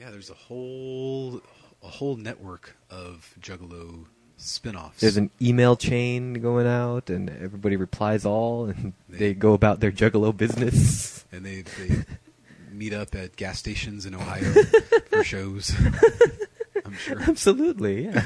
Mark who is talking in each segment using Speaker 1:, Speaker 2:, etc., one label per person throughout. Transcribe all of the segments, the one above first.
Speaker 1: Yeah, there's a whole a whole network of Juggalo spin-offs.
Speaker 2: There's an email chain going out, and everybody replies all, and they
Speaker 1: They-
Speaker 2: go about their Juggalo business.
Speaker 1: and they they meet up at gas stations in Ohio for shows. I'm sure.
Speaker 2: Absolutely, yeah.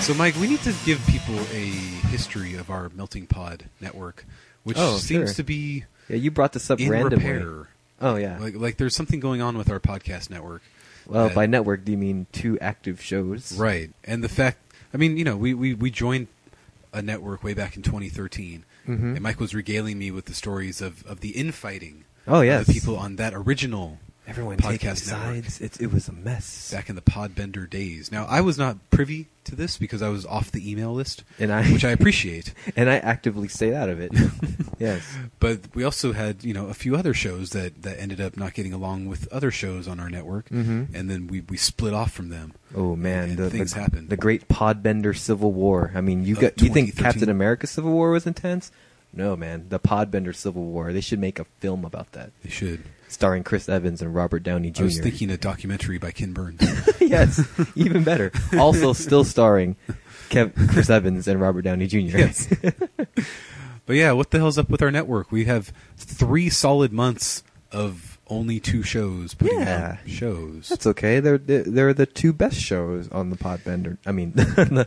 Speaker 1: So, Mike, we need to give people a history of our melting pod network, which
Speaker 2: Oh,
Speaker 1: seems
Speaker 2: sure.
Speaker 1: to be
Speaker 2: yeah, you brought this up
Speaker 1: in
Speaker 2: randomly.
Speaker 1: repair.
Speaker 2: Oh yeah.
Speaker 1: Like, like there's something going on with our podcast network,
Speaker 2: well,
Speaker 1: that-
Speaker 2: by network, do you mean two active shows?
Speaker 1: right? And the fact, I mean, you know, we we, we joined a network way back in 2013,
Speaker 2: Mhm.
Speaker 1: and Mike was regaling me with the stories of of the infighting.
Speaker 2: Oh,
Speaker 1: of
Speaker 2: yes.
Speaker 1: the people on that original
Speaker 2: Everyone taking
Speaker 1: podcast network
Speaker 2: sides. It, it was a mess.
Speaker 1: back in the Podbender days. Now, I was not privy to this because I was off the email list,
Speaker 2: And I-
Speaker 1: which I appreciate.
Speaker 2: And I actively stayed out of it. yes.
Speaker 1: But we also had, you know, a few other shows that, that ended up not getting along with other shows on our network,
Speaker 2: Mhm.
Speaker 1: and then we, we split off from them.
Speaker 2: Oh man,
Speaker 1: and
Speaker 2: the,
Speaker 1: things Uh,
Speaker 2: the,
Speaker 1: happened.
Speaker 2: The Great Podbender Civil War. I mean, you
Speaker 1: Of
Speaker 2: got you think
Speaker 1: 2013?
Speaker 2: Captain America Civil War was intense? No, man, the Podbender Civil War. They should make a film about that,
Speaker 1: They should.
Speaker 2: starring Chris Evans and Robert Downey Jr.
Speaker 1: I was thinking a documentary by Ken Burns.
Speaker 2: yes, even better. Also, still starring Kev- Chris Evans and Robert Downey Jr.
Speaker 1: Yes. but yeah, what the hell's up with our network? We have three solid months of only two shows putting
Speaker 2: Yeah.
Speaker 1: out shows.
Speaker 2: That's okay. They're they're they're the two best shows on the Podbender. I mean, the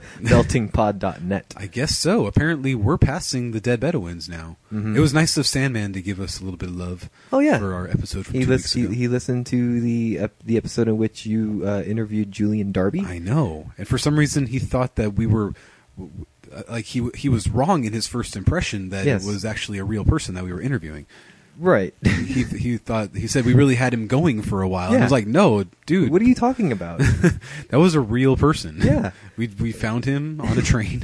Speaker 2: meltingpod.net.
Speaker 1: I guess so. Apparently, we're passing the Dead Bedouins now.
Speaker 2: Mhm.
Speaker 1: It was nice of Sandman to give us a little bit of love.
Speaker 2: Oh, yeah.
Speaker 1: for our episode from
Speaker 2: He,
Speaker 1: two
Speaker 2: lis-
Speaker 1: weeks
Speaker 2: he,
Speaker 1: ago.
Speaker 2: he listened to the ep- the episode in which you uh, interviewed Julian Darby.
Speaker 1: I know, and for some reason, he thought that we were uh, like he he was wrong in his first impression that
Speaker 2: Yes.
Speaker 1: it was actually a real person that we were interviewing.
Speaker 2: Right.
Speaker 1: He he thought he said we really had him going for a while. And
Speaker 2: Yeah.
Speaker 1: I was like, no, dude,
Speaker 2: what are you talking about?
Speaker 1: that was a real person.
Speaker 2: Yeah.
Speaker 1: we we found him on a train.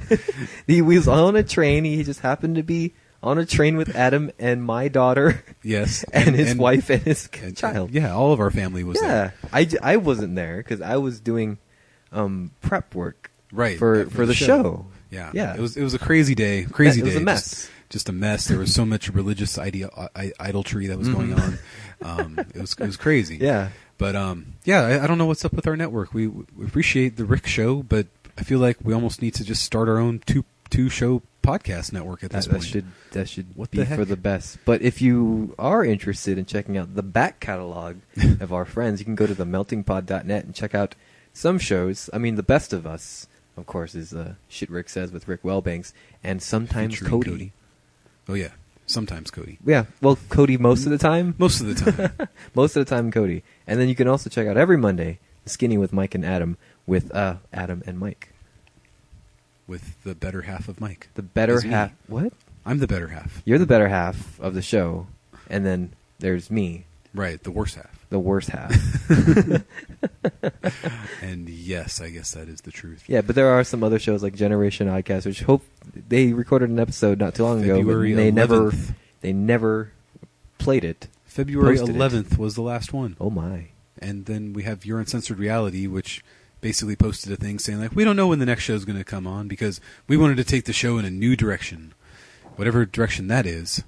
Speaker 2: he was on a train. He just happened to be on a train with Adam and my daughter
Speaker 1: yes,
Speaker 2: and, his wife and his
Speaker 1: and-
Speaker 2: child.
Speaker 1: Yeah, all of our family was there.
Speaker 2: yeah. I, j- I wasn't there because I was doing um, prep work
Speaker 1: right
Speaker 2: for,
Speaker 1: after
Speaker 2: for the show.
Speaker 1: Yeah,
Speaker 2: Yeah.
Speaker 1: It was it was a crazy day, crazy
Speaker 2: Yeah, it was
Speaker 1: day.
Speaker 2: a mess.
Speaker 1: Just, just a mess. There was so much religious ide- I- idolatry that was going on. Um, it was it was crazy.
Speaker 2: Mm-hmm. Yeah.
Speaker 1: But um, yeah, I, I don't know what's up with our network. We, we appreciate the Rick Show, but I feel like we almost need to just start our own two two show podcast network at
Speaker 2: That,
Speaker 1: this
Speaker 2: that
Speaker 1: point.
Speaker 2: should that should
Speaker 1: What
Speaker 2: be
Speaker 1: the
Speaker 2: for
Speaker 1: heck?
Speaker 2: the best. But if you are interested in checking out the back catalog of our friends, you can go to themeltingpod.net and check out some shows. I mean, the best of us, of course, is uh, shit Rick says with Rick Wellbanks and sometimes
Speaker 1: Featuring
Speaker 2: Cody.
Speaker 1: Oh yeah, sometimes Cody.
Speaker 2: Yeah, well, Cody most of the time.
Speaker 1: Most of the time,
Speaker 2: Most of the time, Cody. And then you can also check out every Monday Skinny with Mike and Adam with uh, Adam and Mike.
Speaker 1: with the better half of Mike.
Speaker 2: The better
Speaker 1: Is me.
Speaker 2: half. What?
Speaker 1: I'm the better half.
Speaker 2: You're the better half of the show, and then there's me,
Speaker 1: Right, the worse half.
Speaker 2: the worst half.
Speaker 1: And yes, I guess that is the truth.
Speaker 2: Yeah, but there are some other shows like Generation Oddcast, which hope they recorded an episode not too long
Speaker 1: February
Speaker 2: ago, but they never
Speaker 1: 11th.
Speaker 2: they never played it.
Speaker 1: February
Speaker 2: Posted it.
Speaker 1: 11th was the last one.
Speaker 2: Oh my!
Speaker 1: And then we have Your Uncensored Reality, which basically posted a thing saying, like, we don't know when the next show is going to come on because we wanted to take the show in a new direction. Whatever direction that is,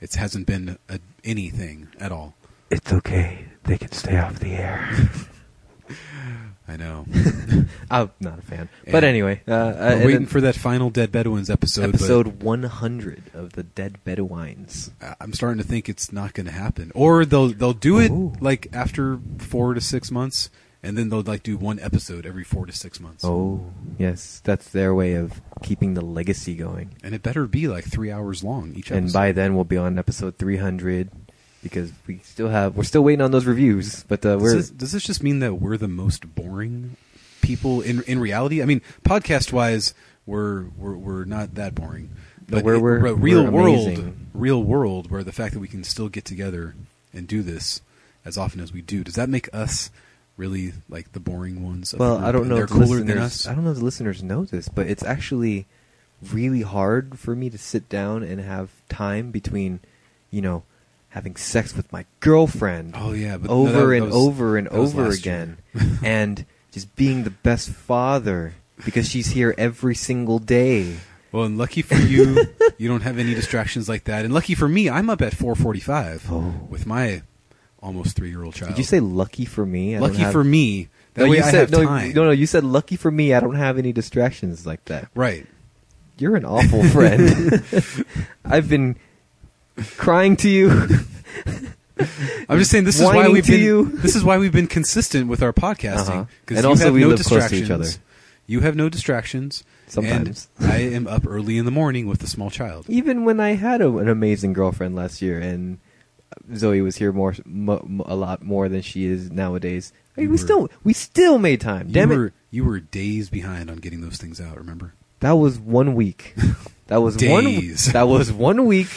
Speaker 1: it hasn't been a, anything at all.
Speaker 2: It's okay. They can stay off the air.
Speaker 1: I know.
Speaker 2: I'm not a fan,
Speaker 1: Yeah.
Speaker 2: but anyway, uh, uh, and
Speaker 1: We're
Speaker 2: then
Speaker 1: waiting for that final Dead Bedouins episode.
Speaker 2: episode 100 of the Dead Bedouins.
Speaker 1: But I- I'm starting to think it's not going to happen. Or they'll they'll do it
Speaker 2: Ooh.
Speaker 1: like after four to six months, and then they'll like do one episode every four to six months.
Speaker 2: Oh yes, that's their way of keeping the legacy going.
Speaker 1: And it better be like three hours long each episode.
Speaker 2: And by then we'll be on episode 300 because we still have we're still waiting on those reviews, but uh,
Speaker 1: does
Speaker 2: we're
Speaker 1: this, does this just mean that we're the most boring people in in reality? I mean, podcast wise, we're we're we're not that boring.
Speaker 2: But we're- we're-
Speaker 1: but real
Speaker 2: we're
Speaker 1: world,
Speaker 2: amazing.
Speaker 1: real world, where the fact that we can still get together and do this as often as we do, does that make us really like the boring ones? Of the
Speaker 2: Well,
Speaker 1: group?
Speaker 2: I don't
Speaker 1: And
Speaker 2: know
Speaker 1: They're
Speaker 2: if
Speaker 1: cooler than
Speaker 2: listeners-
Speaker 1: us.
Speaker 2: I don't know if the listeners know this, but it's actually really hard for me to sit down and have time between, you know, having sex with my girlfriend
Speaker 1: Oh yeah, but no,
Speaker 2: over
Speaker 1: that- that
Speaker 2: and
Speaker 1: was-
Speaker 2: over and
Speaker 1: that was
Speaker 2: over
Speaker 1: last
Speaker 2: again, and just being the best father because she's here every single day.
Speaker 1: Well, and lucky for you, you don't have any distractions like that. And lucky for me, I'm up at 4:45
Speaker 2: Oh.
Speaker 1: with my almost three-year-old child.
Speaker 2: Did you say lucky for me? I don't
Speaker 1: Oh. lucky
Speaker 2: have-
Speaker 1: for me? That
Speaker 2: no,
Speaker 1: way
Speaker 2: you
Speaker 1: I
Speaker 2: said,
Speaker 1: have
Speaker 2: no,
Speaker 1: time.
Speaker 2: No, no, you said lucky for me. I don't have any distractions like that.
Speaker 1: Right.
Speaker 2: You're an awful friend. I've been crying to you.
Speaker 1: I'm just saying this is why
Speaker 2: Whining
Speaker 1: we've
Speaker 2: to
Speaker 1: been
Speaker 2: you.
Speaker 1: this is why we've been consistent with our
Speaker 2: Uh-huh.
Speaker 1: podcasting
Speaker 2: And
Speaker 1: you
Speaker 2: also
Speaker 1: have
Speaker 2: we
Speaker 1: no
Speaker 2: live close to
Speaker 1: distractions.
Speaker 2: each other.
Speaker 1: You have no distractions.
Speaker 2: Sometimes.
Speaker 1: and I am up early in the morning with a small child.
Speaker 2: Even when I had a, an amazing girlfriend last year, and Zoe was here more, mo mo- a lot more than she is nowadays. I mean,
Speaker 1: You
Speaker 2: we
Speaker 1: were-
Speaker 2: still, we still made time. Damn
Speaker 1: you were
Speaker 2: it!
Speaker 1: you were days behind on getting those things out. Remember?
Speaker 2: That was one week. That was
Speaker 1: Days.
Speaker 2: one. That was one week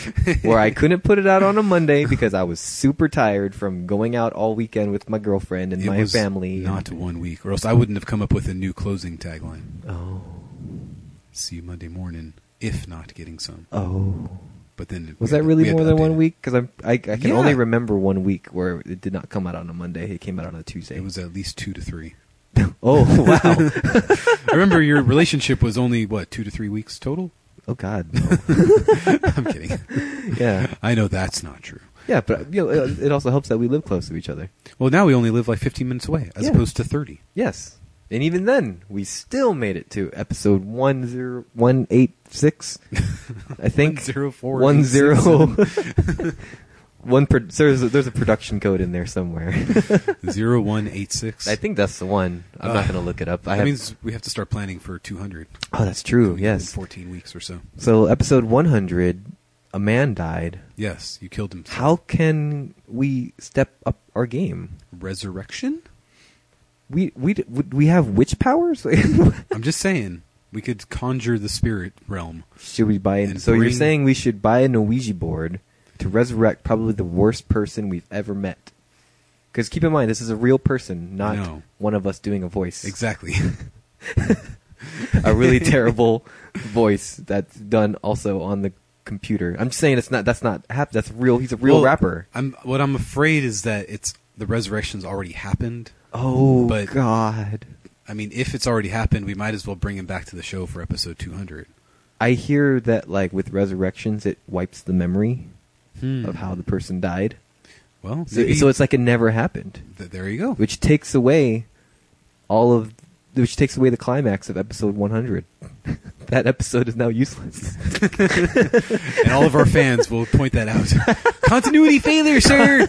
Speaker 2: where I couldn't put it out on a Monday because I was super tired from going out all weekend with my girlfriend and
Speaker 1: It
Speaker 2: my
Speaker 1: was
Speaker 2: family.
Speaker 1: Not one week, or else I wouldn't have come up with a new closing tagline.
Speaker 2: Oh,
Speaker 1: See you Monday morning, if not getting some.
Speaker 2: oh.
Speaker 1: But then
Speaker 2: Was
Speaker 1: we had
Speaker 2: that
Speaker 1: to- we
Speaker 2: really
Speaker 1: had
Speaker 2: more
Speaker 1: to
Speaker 2: than
Speaker 1: update
Speaker 2: one
Speaker 1: it.
Speaker 2: week? Because I'm I, I can
Speaker 1: Yeah.
Speaker 2: only remember one week where it did not come out on a Monday. It came out on a Tuesday.
Speaker 1: It was at least two to three.
Speaker 2: oh wow!
Speaker 1: I remember your relationship was only what two to three weeks total.
Speaker 2: oh god! no.
Speaker 1: I'm kidding.
Speaker 2: Yeah,
Speaker 1: I know that's not true.
Speaker 2: yeah, but you know, it it also helps that we live close to each other.
Speaker 1: Well, now we only live like 15 minutes away, as
Speaker 2: Yeah.
Speaker 1: opposed to 30.
Speaker 2: Yes, and even then, we still made it to episode one zero one eight six. I think
Speaker 1: One zero four
Speaker 2: one
Speaker 1: eight
Speaker 2: zero.
Speaker 1: six
Speaker 2: One pro- there's a, there's a production code in there somewhere.
Speaker 1: Zero one eight six.
Speaker 2: I think that's the one. I'm not
Speaker 1: Ugh.
Speaker 2: going to look it up. I
Speaker 1: Uh, that
Speaker 2: have,
Speaker 1: means we have to start planning for 200.
Speaker 2: oh, that's true.
Speaker 1: in
Speaker 2: Yes,
Speaker 1: 14 weeks or so.
Speaker 2: So episode 100, a man died.
Speaker 1: Yes, you killed him.
Speaker 2: How can we step up our game?
Speaker 1: Resurrection?
Speaker 2: We we d- would we have witch powers? should
Speaker 1: I'm just saying, we could conjure the spirit realm.
Speaker 2: we buy? In,
Speaker 1: And
Speaker 2: so you're
Speaker 1: bring-
Speaker 2: saying we should buy an Ouija board to resurrect probably the worst person we've ever met? Because keep in mind, this is a real person, not
Speaker 1: No.
Speaker 2: one of us doing a voice.
Speaker 1: Exactly.
Speaker 2: a really terrible voice that's done also on the computer. I'm just saying it's not. That's not. Hap- that's real. He's a real
Speaker 1: Well,
Speaker 2: rapper.
Speaker 1: I'm what I'm afraid is that it's the resurrection's already happened.
Speaker 2: Oh
Speaker 1: But-
Speaker 2: God.
Speaker 1: I mean, if it's already happened, we might as well bring him back to the show for episode 200.
Speaker 2: I hear that like with resurrections, it wipes the memory
Speaker 1: Hmm.
Speaker 2: of how the person died.
Speaker 1: Well,
Speaker 2: So,
Speaker 1: maybe-
Speaker 2: so it's like it never happened,
Speaker 1: th- there you go.
Speaker 2: which takes away all of which takes away the climax of episode 100. that episode is now useless.
Speaker 1: and all of our fans will point that out. Continuity failure, sir.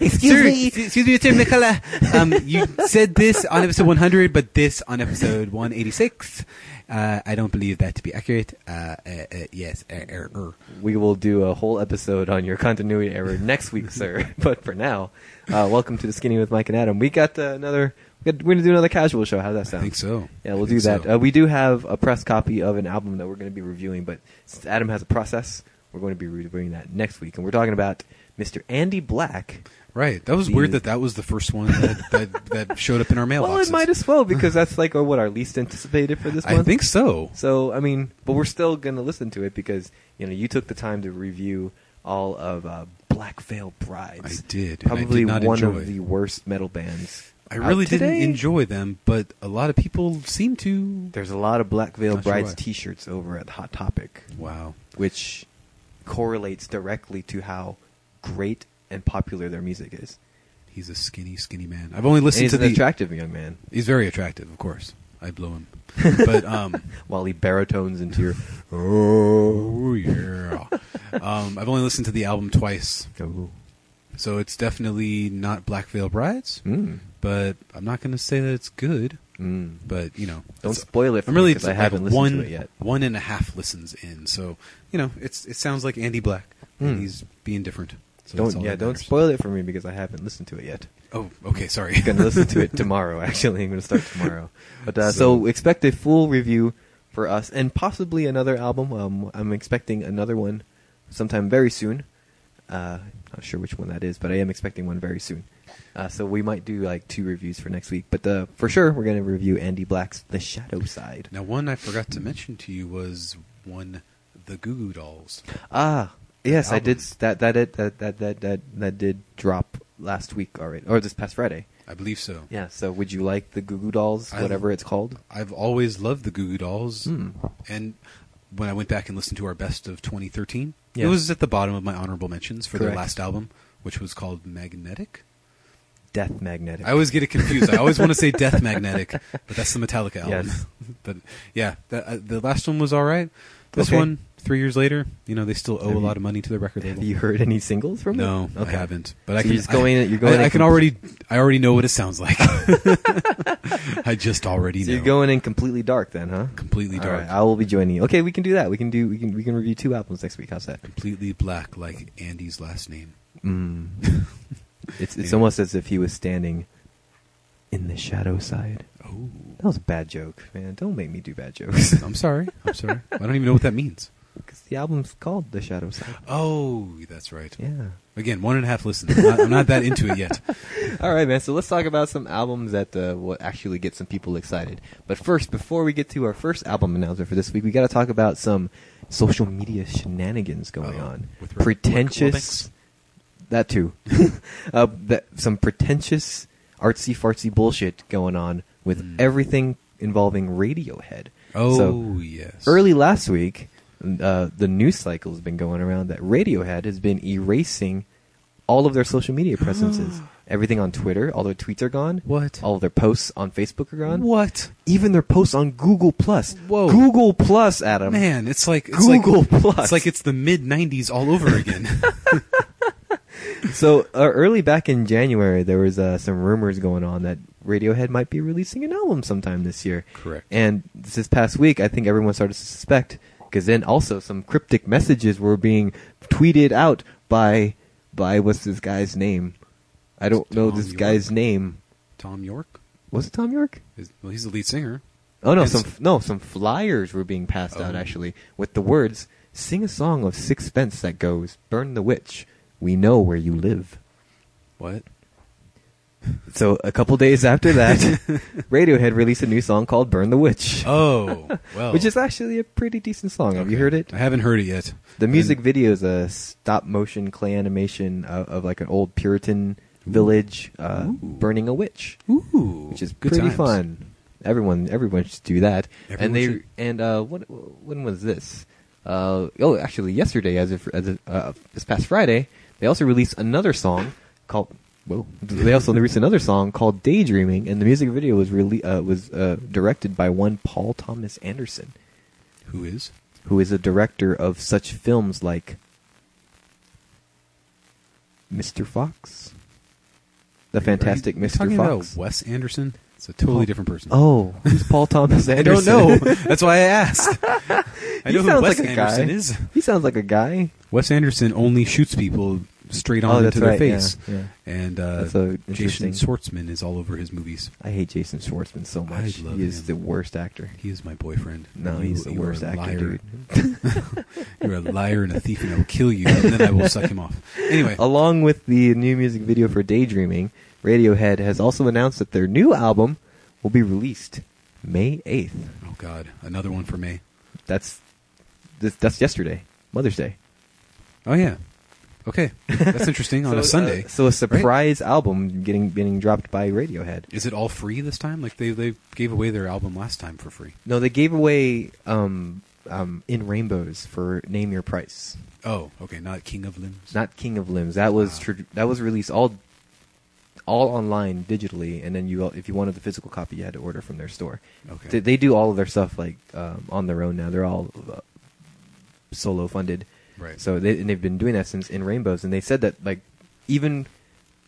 Speaker 2: Excuse
Speaker 1: Sir,
Speaker 2: me.
Speaker 1: ex- Excuse me, Mr. Nicola. Um, you said this on episode 100, but this on episode 186. Uh, I don't believe that to be accurate. Uh, uh, uh, yes. Er, er, er.
Speaker 2: we will do a whole episode on your continuity error next week, sir. but for now, uh, welcome to the Skinny with Mike and Adam. We got uh, another. We got, we're gonna do another casual show. How does that
Speaker 1: I
Speaker 2: sound?
Speaker 1: think so.
Speaker 2: Yeah, we'll
Speaker 1: I
Speaker 2: do
Speaker 1: think
Speaker 2: that.
Speaker 1: so.
Speaker 2: Uh, we do have a press copy of an album that we're going to be reviewing, but since Adam has a process, we're going to be reviewing that next week. And we're talking about Mr. Andy Black.
Speaker 1: right. That was
Speaker 2: the-
Speaker 1: weird that that was the first one that, that, that showed up in our mailboxes.
Speaker 2: Well, it might as well because that's like oh, what our least anticipated for this
Speaker 1: I
Speaker 2: month.
Speaker 1: think so.
Speaker 2: So I mean, but we're still going to listen to it because you know you took the time to review all of uh, Black Veil Brides.
Speaker 1: I did, and I did
Speaker 2: Probably
Speaker 1: not
Speaker 2: one
Speaker 1: enjoy.
Speaker 2: of the worst metal bands.
Speaker 1: I
Speaker 2: out
Speaker 1: really didn't
Speaker 2: today.
Speaker 1: enjoy them, but a lot of people seem to.
Speaker 2: There's a lot of Black Veil
Speaker 1: Not sure
Speaker 2: Brides
Speaker 1: why.
Speaker 2: T-shirts over at Hot Topic.
Speaker 1: Wow.
Speaker 2: which correlates directly to how great and popular their music is.
Speaker 1: He's a skinny, skinny man. I've only listened
Speaker 2: and he's
Speaker 1: to
Speaker 2: an
Speaker 1: the.
Speaker 2: attractive young man
Speaker 1: He's very attractive, of course. I blow him, but um,
Speaker 2: while he baritones into your.
Speaker 1: oh yeah. Um, I've only listened to the album twice,
Speaker 2: Oh.
Speaker 1: so it's definitely not Black Veil Brides.
Speaker 2: Mm.
Speaker 1: But I'm not going to say that it's good.
Speaker 2: Mm.
Speaker 1: But you know,
Speaker 2: Don't
Speaker 1: it's-
Speaker 2: spoil it for
Speaker 1: I'm really
Speaker 2: me 'cause I
Speaker 1: like
Speaker 2: haven't listened
Speaker 1: one,
Speaker 2: to it yet.
Speaker 1: One and a half listens in, so you know, it's it sounds like Andy Black, and
Speaker 2: Hmm.
Speaker 1: he's being different. So that's
Speaker 2: don't
Speaker 1: all
Speaker 2: yeah,
Speaker 1: that
Speaker 2: don't
Speaker 1: matters.
Speaker 2: spoil it for me because I haven't listened to it yet.
Speaker 1: Oh, okay, sorry.
Speaker 2: I'm gonna listen to it tomorrow. Actually, I'm gonna start tomorrow. But uh, so,
Speaker 1: So-
Speaker 2: expect a full review for us and possibly another album. Um, I'm expecting another one sometime very soon. Uh, not sure which one that is, but I am expecting one very soon. Uh, so we might do like two reviews for next week, but uh, for sure we're gonna review Andy Black's The Shadow Side.
Speaker 1: Now, one I forgot to mention to you was one, the Goo Goo Dolls.
Speaker 2: Ah, Yes, I
Speaker 1: album.
Speaker 2: did. s- That that it that that that that that did drop last week already, or this past Friday.
Speaker 1: I believe so.
Speaker 2: Yeah. So, would you like the Goo Goo Dolls,
Speaker 1: I-
Speaker 2: whatever it's called?
Speaker 1: I've always loved the Goo Goo Dolls,
Speaker 2: Hmm.
Speaker 1: and when I went back and listened to our best of 2013,
Speaker 2: Yeah.
Speaker 1: it was at the bottom of my honorable mentions for their
Speaker 2: Correct.
Speaker 1: last album, which was called Magnetic.
Speaker 2: Death Magnetic.
Speaker 1: I always get it confused. I always want to say Death Magnetic, but that's the Metallica album.
Speaker 2: Yes.
Speaker 1: but yeah, the, uh, the last one was all right. This
Speaker 2: Okay.
Speaker 1: one, three years later, you know, they still owe
Speaker 2: Have
Speaker 1: a
Speaker 2: you-
Speaker 1: lot of money to the record label.
Speaker 2: Have you heard any singles from
Speaker 1: no,
Speaker 2: it?
Speaker 1: I haven't. But
Speaker 2: So
Speaker 1: I can
Speaker 2: you're just going
Speaker 1: I,
Speaker 2: in- you're going
Speaker 1: I-
Speaker 2: in
Speaker 1: I can
Speaker 2: com-
Speaker 1: already. I already know what it sounds like. I just already
Speaker 2: So
Speaker 1: know.
Speaker 2: you're going in completely dark then, huh?
Speaker 1: completely
Speaker 2: All
Speaker 1: dark,
Speaker 2: right, I will be joining you. Okay, we can do that. We can do. We can. We can review two albums next week. How's that?
Speaker 1: completely black, like Andy's last name.
Speaker 2: Mm. it's it's
Speaker 1: Yeah.
Speaker 2: almost as if he was standing in the shadow side.
Speaker 1: Oh,
Speaker 2: That was a bad joke, man. Don't make me do bad jokes.
Speaker 1: I'm sorry. I'm sorry. I don't even know what that means.
Speaker 2: Because the album's called The Shadow Side.
Speaker 1: Oh, that's right.
Speaker 2: Yeah.
Speaker 1: Again, one and a half listens. I'm not, I'm not that into it yet.
Speaker 2: All right, man. So let's talk about some albums that uh, will actually get some people excited. But first, before we get to our first album announcement for this week, we got to talk about some social media shenanigans going
Speaker 1: Uh-oh.
Speaker 2: on.
Speaker 1: With Rick- Rick
Speaker 2: pretentious.
Speaker 1: Wilbex?
Speaker 2: that too. uh, that, some pretentious artsy fartsy bullshit going on with
Speaker 1: Mm.
Speaker 2: everything involving Radiohead.
Speaker 1: Oh,
Speaker 2: So,
Speaker 1: yes.
Speaker 2: early last week, uh, the news cycle has been going around that Radiohead has been erasing all of their social media presences. Everything on Twitter, all their tweets are gone.
Speaker 1: What?
Speaker 2: All of their posts on Facebook are gone.
Speaker 1: What?
Speaker 2: Even their posts on Google Plus.
Speaker 1: Whoa.
Speaker 2: Google Plus, Adam.
Speaker 1: Man, it's like it's
Speaker 2: Google
Speaker 1: like,
Speaker 2: Plus.
Speaker 1: It's like it's the mid '90s all over again.
Speaker 2: So uh, early back in January, there was uh, some rumors going on that Radiohead might be releasing an album sometime this year.
Speaker 1: Correct.
Speaker 2: And this past week, I think everyone started to suspect because then also some cryptic messages were being tweeted out by by what's this guy's name? I don't
Speaker 1: It's
Speaker 2: know
Speaker 1: Tom
Speaker 2: this
Speaker 1: York.
Speaker 2: guy's name.
Speaker 1: Tom York.
Speaker 2: Was it Tom York?
Speaker 1: Is, well, he's the lead singer.
Speaker 2: Oh no,
Speaker 1: It's-
Speaker 2: some no, some flyers were being passed out
Speaker 1: Oh.
Speaker 2: actually with the words "Sing a song of sixpence that goes, burn the witch, we know where you live."
Speaker 1: What?
Speaker 2: So a couple days after that, Radiohead released a new song called "Burn the Witch,"
Speaker 1: Oh, well.
Speaker 2: which is actually a pretty decent song. Have you
Speaker 1: Okay.
Speaker 2: heard it?
Speaker 1: I haven't heard it yet.
Speaker 2: The music
Speaker 1: And-
Speaker 2: video is a stop motion clay animation of, of like an old Puritan village uh,
Speaker 1: Ooh.
Speaker 2: burning a witch,
Speaker 1: Ooh,
Speaker 2: which is
Speaker 1: good
Speaker 2: pretty
Speaker 1: times.
Speaker 2: fun. Everyone, everyone should do that.
Speaker 1: Everyone
Speaker 2: and they
Speaker 1: should.
Speaker 2: and uh, when when was this? Uh, oh, actually, yesterday, as if as if, uh, this past Friday, they also released another song called. Whoa! They also released another song called "Daydreaming," and the music video was really uh, was uh, directed by one Paul Thomas Anderson
Speaker 1: Who is?
Speaker 2: who is a director of such films like Mr. Fox, The Fantastic
Speaker 1: Are you- are you
Speaker 2: Mr.
Speaker 1: Talking
Speaker 2: Fox.
Speaker 1: about Wes Anderson. It's a totally
Speaker 2: Paul-
Speaker 1: different person.
Speaker 2: Oh, who's Paul Thomas
Speaker 1: I
Speaker 2: Anderson?
Speaker 1: don't know. That's why I asked. I
Speaker 2: He
Speaker 1: know who
Speaker 2: sounds
Speaker 1: Wes
Speaker 2: like a guy.
Speaker 1: Anderson is.
Speaker 2: he sounds like a guy.
Speaker 1: Wes Anderson only shoots people straight on
Speaker 2: Oh, that's
Speaker 1: into their
Speaker 2: right, yeah,
Speaker 1: face,
Speaker 2: yeah.
Speaker 1: and uh,
Speaker 2: That's so
Speaker 1: Jason
Speaker 2: interesting.
Speaker 1: Schwartzman is all over his movies.
Speaker 2: I hate Jason Schwartzman so
Speaker 1: I
Speaker 2: much.
Speaker 1: love
Speaker 2: he is
Speaker 1: him.
Speaker 2: the worst actor.
Speaker 1: He is my boyfriend.
Speaker 2: No,
Speaker 1: You-
Speaker 2: he's the
Speaker 1: you are
Speaker 2: worst
Speaker 1: a
Speaker 2: actor,
Speaker 1: liar.
Speaker 2: dude.
Speaker 1: You're a liar and a thief, and I will kill you, and then I will suck him off. Anyway,
Speaker 2: Along with the new music video for Daydreaming, Radiohead has also announced that their new album will be released May 8th.
Speaker 1: oh god, another one for me.
Speaker 2: That's this, that's yesterday, Mother's Day.
Speaker 1: Oh yeah, okay, that's interesting. On
Speaker 2: So,
Speaker 1: a Sunday,
Speaker 2: uh, so a
Speaker 1: right?
Speaker 2: surprise album getting getting dropped by Radiohead.
Speaker 1: Is it all free this time? Like they they gave away their album last time for free.
Speaker 2: No, they gave away um, um, in rainbows for name your price.
Speaker 1: Oh, okay, not King of Limbs.
Speaker 2: Not King of Limbs. That was
Speaker 1: Ah.
Speaker 2: tr- that was released all all online digitally, and then you if you wanted the physical copy, you had to order from their store.
Speaker 1: Okay.
Speaker 2: They, they do all of their stuff like um, on their own now. They're all uh, solo funded.
Speaker 1: right.
Speaker 2: So they and they've been doing that since In Rainbows, and they said that like even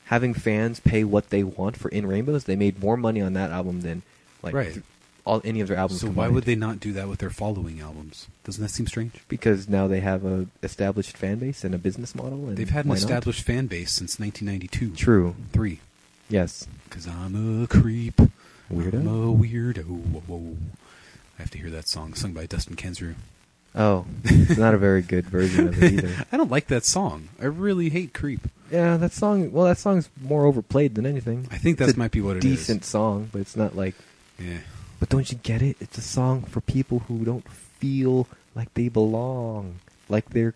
Speaker 2: having fans pay what they want for In Rainbows, they made more money on that album than like
Speaker 1: Right.
Speaker 2: th- all any of their albums.
Speaker 1: So why would they
Speaker 2: combined.
Speaker 1: not do that with their following albums? Doesn't that seem strange?
Speaker 2: Because now they have a established fan base and a business model. And
Speaker 1: They've had an
Speaker 2: why not?
Speaker 1: established fan base since 1992.
Speaker 2: True.
Speaker 1: Three.
Speaker 2: Yes.
Speaker 1: Cause I'm a creep.
Speaker 2: Weirdo?
Speaker 1: I'm a weirdo. Whoa, whoa. I have to hear that song sung by Dustin Kensrew.
Speaker 2: Oh, it's not a very good version of it either.
Speaker 1: I don't like that song. I really hate creep.
Speaker 2: Yeah, that song. Well, that song's more overplayed than anything.
Speaker 1: I think
Speaker 2: It's
Speaker 1: that
Speaker 2: a
Speaker 1: might be what it is.
Speaker 2: decent song, but it's not like
Speaker 1: Yeah.
Speaker 2: But don't you get it? It's a song for people who don't feel like they belong. like they're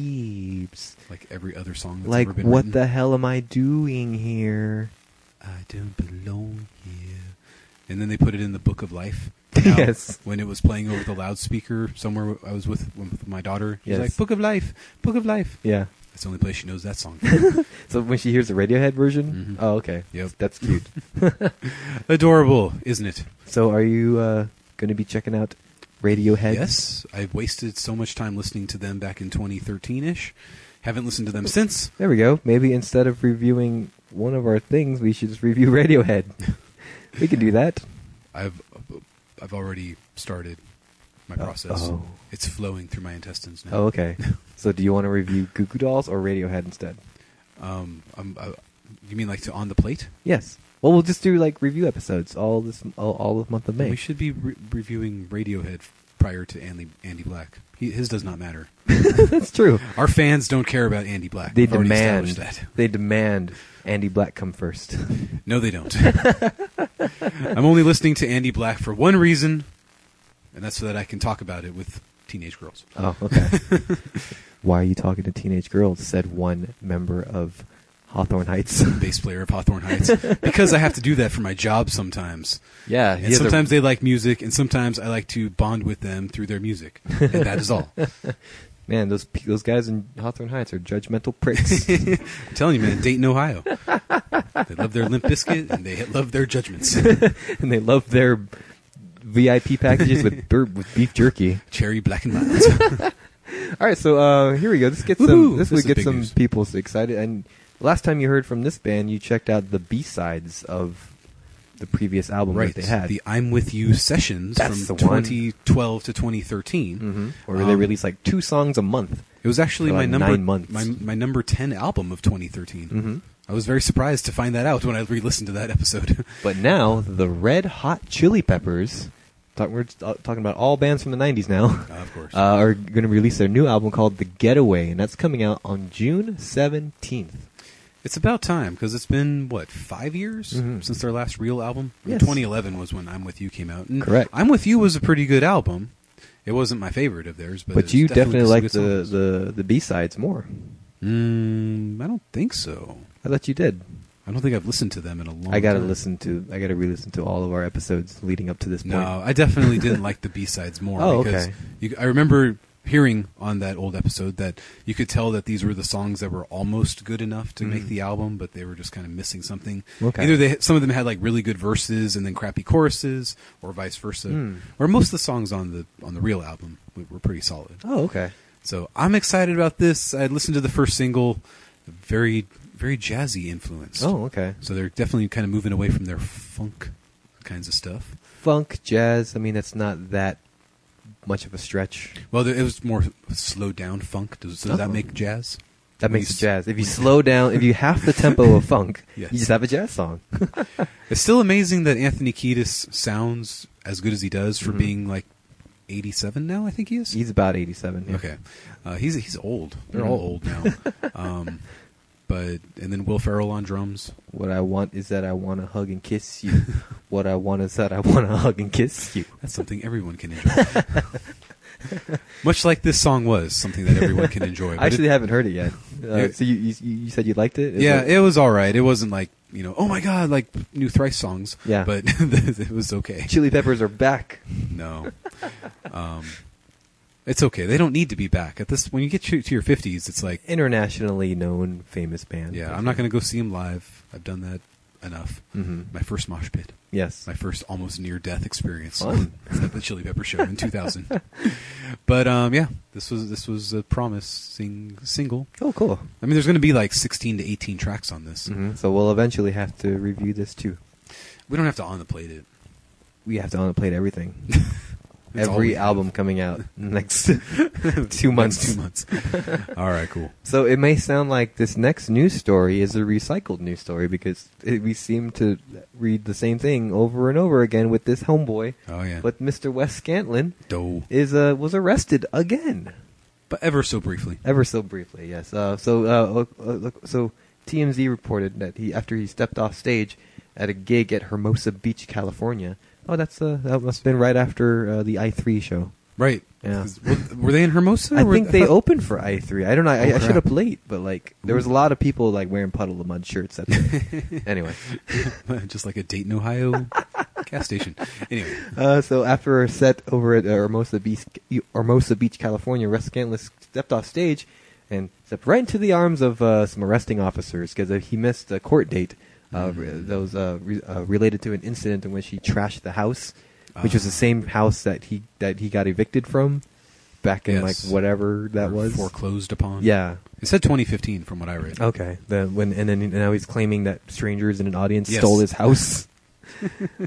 Speaker 2: creeps.
Speaker 1: Like every other song that's
Speaker 2: Like
Speaker 1: ever been
Speaker 2: what
Speaker 1: written.
Speaker 2: the hell am I doing here?
Speaker 1: I don't belong here. And then they put it in the Book of Life. Now,
Speaker 2: Yes.
Speaker 1: When it was playing over the loudspeaker somewhere I was with, with my daughter. She's
Speaker 2: Yes.
Speaker 1: like, Book of Life, Book of Life.
Speaker 2: Yeah.
Speaker 1: That's the only place she knows that song.
Speaker 2: So when she hears the Radiohead
Speaker 1: Mhm.
Speaker 2: version, oh okay,
Speaker 1: Yep.
Speaker 2: that's cute.
Speaker 1: Adorable, isn't it?
Speaker 2: so are you uh, going to be checking out Radiohead?
Speaker 1: Yes. I've wasted so much time listening to them back in 2013 ish. Haven't listened to them since.
Speaker 2: There we go. Maybe instead of reviewing one of our things, we should just review Radiohead. we can do that.
Speaker 1: I've I've already started my
Speaker 2: Oh.
Speaker 1: process.
Speaker 2: Oh.
Speaker 1: It's flowing through my intestines now.
Speaker 2: Oh, okay. So do you want to review Goo Goo Dolls or Radiohead instead?
Speaker 1: Um, I'm, I, you mean like to on the plate?
Speaker 2: Yes. Well, we'll just do like review episodes all this all, all the month of May.
Speaker 1: We should be re- reviewing Radiohead prior to Andy, Andy Black. He, his does not matter.
Speaker 2: That's true.
Speaker 1: Our fans don't care about Andy Black.
Speaker 2: They
Speaker 1: I've already
Speaker 2: demand.
Speaker 1: established that.
Speaker 2: They demand Andy Black come first.
Speaker 1: No, they don't. I'm only listening to Andy Black for one reason, and that's so that I can talk about it with teenage girls.
Speaker 2: oh, okay. Why are you talking to teenage girls? Said one member of Hawthorne Heights.
Speaker 1: Bass player of Hawthorne Heights, because I have to do that for my job sometimes.
Speaker 2: yeah.
Speaker 1: And sometimes they like music, and sometimes I like to bond with them through their music, and that is all.
Speaker 2: man, those pe- those guys in Hawthorne Heights are judgmental pricks.
Speaker 1: I'm telling you, man, Dayton, Ohio. They love their Limp Biscuit and they love their judgments.
Speaker 2: and they love their VIP packages with bur- with beef jerky.
Speaker 1: Cherry Black and Mild.
Speaker 2: All right, so uh, here we go. This gets some.
Speaker 1: Woohoo!
Speaker 2: This,
Speaker 1: This
Speaker 2: would
Speaker 1: is
Speaker 2: get
Speaker 1: big
Speaker 2: some
Speaker 1: news.
Speaker 2: people s- excited. And last time you heard from this band, you checked out the B sides of the previous album
Speaker 1: right.
Speaker 2: that they had.
Speaker 1: The I'm With You sessions
Speaker 2: That's
Speaker 1: from
Speaker 2: the one.
Speaker 1: 2012 to 2013.
Speaker 2: hmm Or they
Speaker 1: Um,
Speaker 2: released like two songs a month.
Speaker 1: It was actually
Speaker 2: For
Speaker 1: my
Speaker 2: like
Speaker 1: number
Speaker 2: nine months.
Speaker 1: my my number 10 album of 2013.
Speaker 2: Mhm.
Speaker 1: I was very surprised to find that out when I re-listened to that episode.
Speaker 2: But now the Red Hot Chili Peppers. Talk, we're t- uh, talking about all bands from the '90s now.
Speaker 1: Uh, of course.
Speaker 2: Uh, are going to release their new album called The Getaway, and that's coming out on June 17th.
Speaker 1: it's about time because it's been what 5 years
Speaker 2: Mhm.
Speaker 1: since their last real album. I mean,
Speaker 2: Yes.
Speaker 1: 2011 was when I'm With You came out. And
Speaker 2: Correct.
Speaker 1: I'm With You was a pretty good album. It wasn't my favorite of theirs, but
Speaker 2: But,
Speaker 1: it was
Speaker 2: you
Speaker 1: definitely,
Speaker 2: definitely like
Speaker 1: some good
Speaker 2: the,
Speaker 1: songs.
Speaker 2: the, the B sides more.
Speaker 1: Mm, I don't think so.
Speaker 2: I thought you did.
Speaker 1: I don't think I've listened to them in a long.
Speaker 2: I gotta
Speaker 1: time.
Speaker 2: listen to I gotta re-listen to all of our episodes leading up to this point.
Speaker 1: No, I definitely didn't like the B sides more.
Speaker 2: Oh,
Speaker 1: because
Speaker 2: okay.
Speaker 1: You, I remember hearing on that old episode that you could tell that these were the songs that were almost good enough to make
Speaker 2: Mm.
Speaker 1: the album, but they were just kind of missing something.
Speaker 2: Okay.
Speaker 1: Either they some of them had like really good verses and then crappy choruses, or vice versa.
Speaker 2: Mm.
Speaker 1: Or most of the songs on the on the real album were- were pretty solid.
Speaker 2: oh, okay.
Speaker 1: So I'm excited about this. I listened to the first single, very very jazzy influence.
Speaker 2: Oh, okay.
Speaker 1: So they're definitely kind of moving away from their funk kinds of stuff.
Speaker 2: Funk jazz. I mean, that's not that much of a stretch.
Speaker 1: Well, there, it was more slow down funk. Does, does that
Speaker 2: Oh.
Speaker 1: make jazz?
Speaker 2: That
Speaker 1: When
Speaker 2: makes
Speaker 1: you
Speaker 2: it
Speaker 1: s-
Speaker 2: jazz. If you slow down, if you half the tempo of funk,
Speaker 1: Yes.
Speaker 2: you just have a jazz song.
Speaker 1: It's still amazing that Anthony Kiedis sounds as good as he does for
Speaker 2: Mhm.
Speaker 1: being like 87 now. I think he is.
Speaker 2: He's about eighty-seven. yeah.
Speaker 1: okay, uh, he's he's old. They're
Speaker 2: Mhm.
Speaker 1: all old now. um, but and then Will Ferrell on drums.
Speaker 2: What I want is that I want to hug and kiss you. what I want is that I want to hug and kiss you.
Speaker 1: That's something everyone can enjoy. Much like this song was something that everyone can enjoy.
Speaker 2: I
Speaker 1: but it-
Speaker 2: actually haven't heard it yet. Uh,
Speaker 1: Yeah.
Speaker 2: so you, you you said you liked it? Is
Speaker 1: yeah,
Speaker 2: it-
Speaker 1: it was all right. It wasn't like you know, oh my god, like new Thrice songs.
Speaker 2: Yeah.
Speaker 1: but it was okay.
Speaker 2: Chili Peppers are back.
Speaker 1: No. um, it's okay. They don't need to be back at this. When you get to, to your fifties, it's like,
Speaker 2: internationally known famous band.
Speaker 1: yeah, I'm not going to go see them live. I've done that enough.
Speaker 2: Mhm.
Speaker 1: My first mosh pit,
Speaker 2: Yes.
Speaker 1: my first almost near death experience
Speaker 2: Fun.
Speaker 1: at the Chili Pepper show in 2000. but um, yeah, this was this was a promising single.
Speaker 2: Oh, cool.
Speaker 1: I mean, there's going to be like 16 to 18 tracks on this.
Speaker 2: hmm So we'll eventually have to review this too.
Speaker 1: We don't have to on the plate it.
Speaker 2: We have to on plate everything.
Speaker 1: That's all we
Speaker 2: Every
Speaker 1: have.
Speaker 2: album coming out next two months.
Speaker 1: Two months. All right, cool.
Speaker 2: So it may sound like this next news story is a recycled news story because it, we seem to read the same thing over and over again with this homeboy.
Speaker 1: Oh yeah,
Speaker 2: But Mr. Wes Scantlin
Speaker 1: Doe.
Speaker 2: is uh, was arrested again.
Speaker 1: but ever so briefly.
Speaker 2: Ever so briefly, yes. Uh, so, uh, uh, uh, so TMZ reported that he, after he stepped off stage at a gig at Hermosa Beach, California. Oh, that's uh, that must have been right after uh, the I three show.
Speaker 1: Right.
Speaker 2: Yeah.
Speaker 1: 'Cause were- Were they in Hermosa?
Speaker 2: I
Speaker 1: or were-
Speaker 2: think they
Speaker 1: thought-
Speaker 2: opened for I three. I don't know. I,
Speaker 1: Oh,
Speaker 2: I showed
Speaker 1: crap.
Speaker 2: up late, but like there was a lot of people like wearing puddle of mud shirts. At the, anyway,
Speaker 1: just like a Dayton, Ohio gas station. Anyway,
Speaker 2: uh, so after a set over at uh, Hermosa Beach, Hermosa Beach, California, Russ Scantless stepped off stage and stepped right into the arms of uh, some arresting officers because uh, he missed a court date uh,
Speaker 1: Hmm.
Speaker 2: re- that was uh, re- uh, related to an incident in which he trashed the house, which was
Speaker 1: Ah.
Speaker 2: the same house that he that he got evicted from back in
Speaker 1: Yes.
Speaker 2: like whatever that
Speaker 1: Or
Speaker 2: was.
Speaker 1: foreclosed upon.
Speaker 2: Yeah, Oh.
Speaker 1: it said 2015 from what I read.
Speaker 2: Okay. The, when and then now he's claiming that strangers in an audience
Speaker 1: Yes.
Speaker 2: stole his house.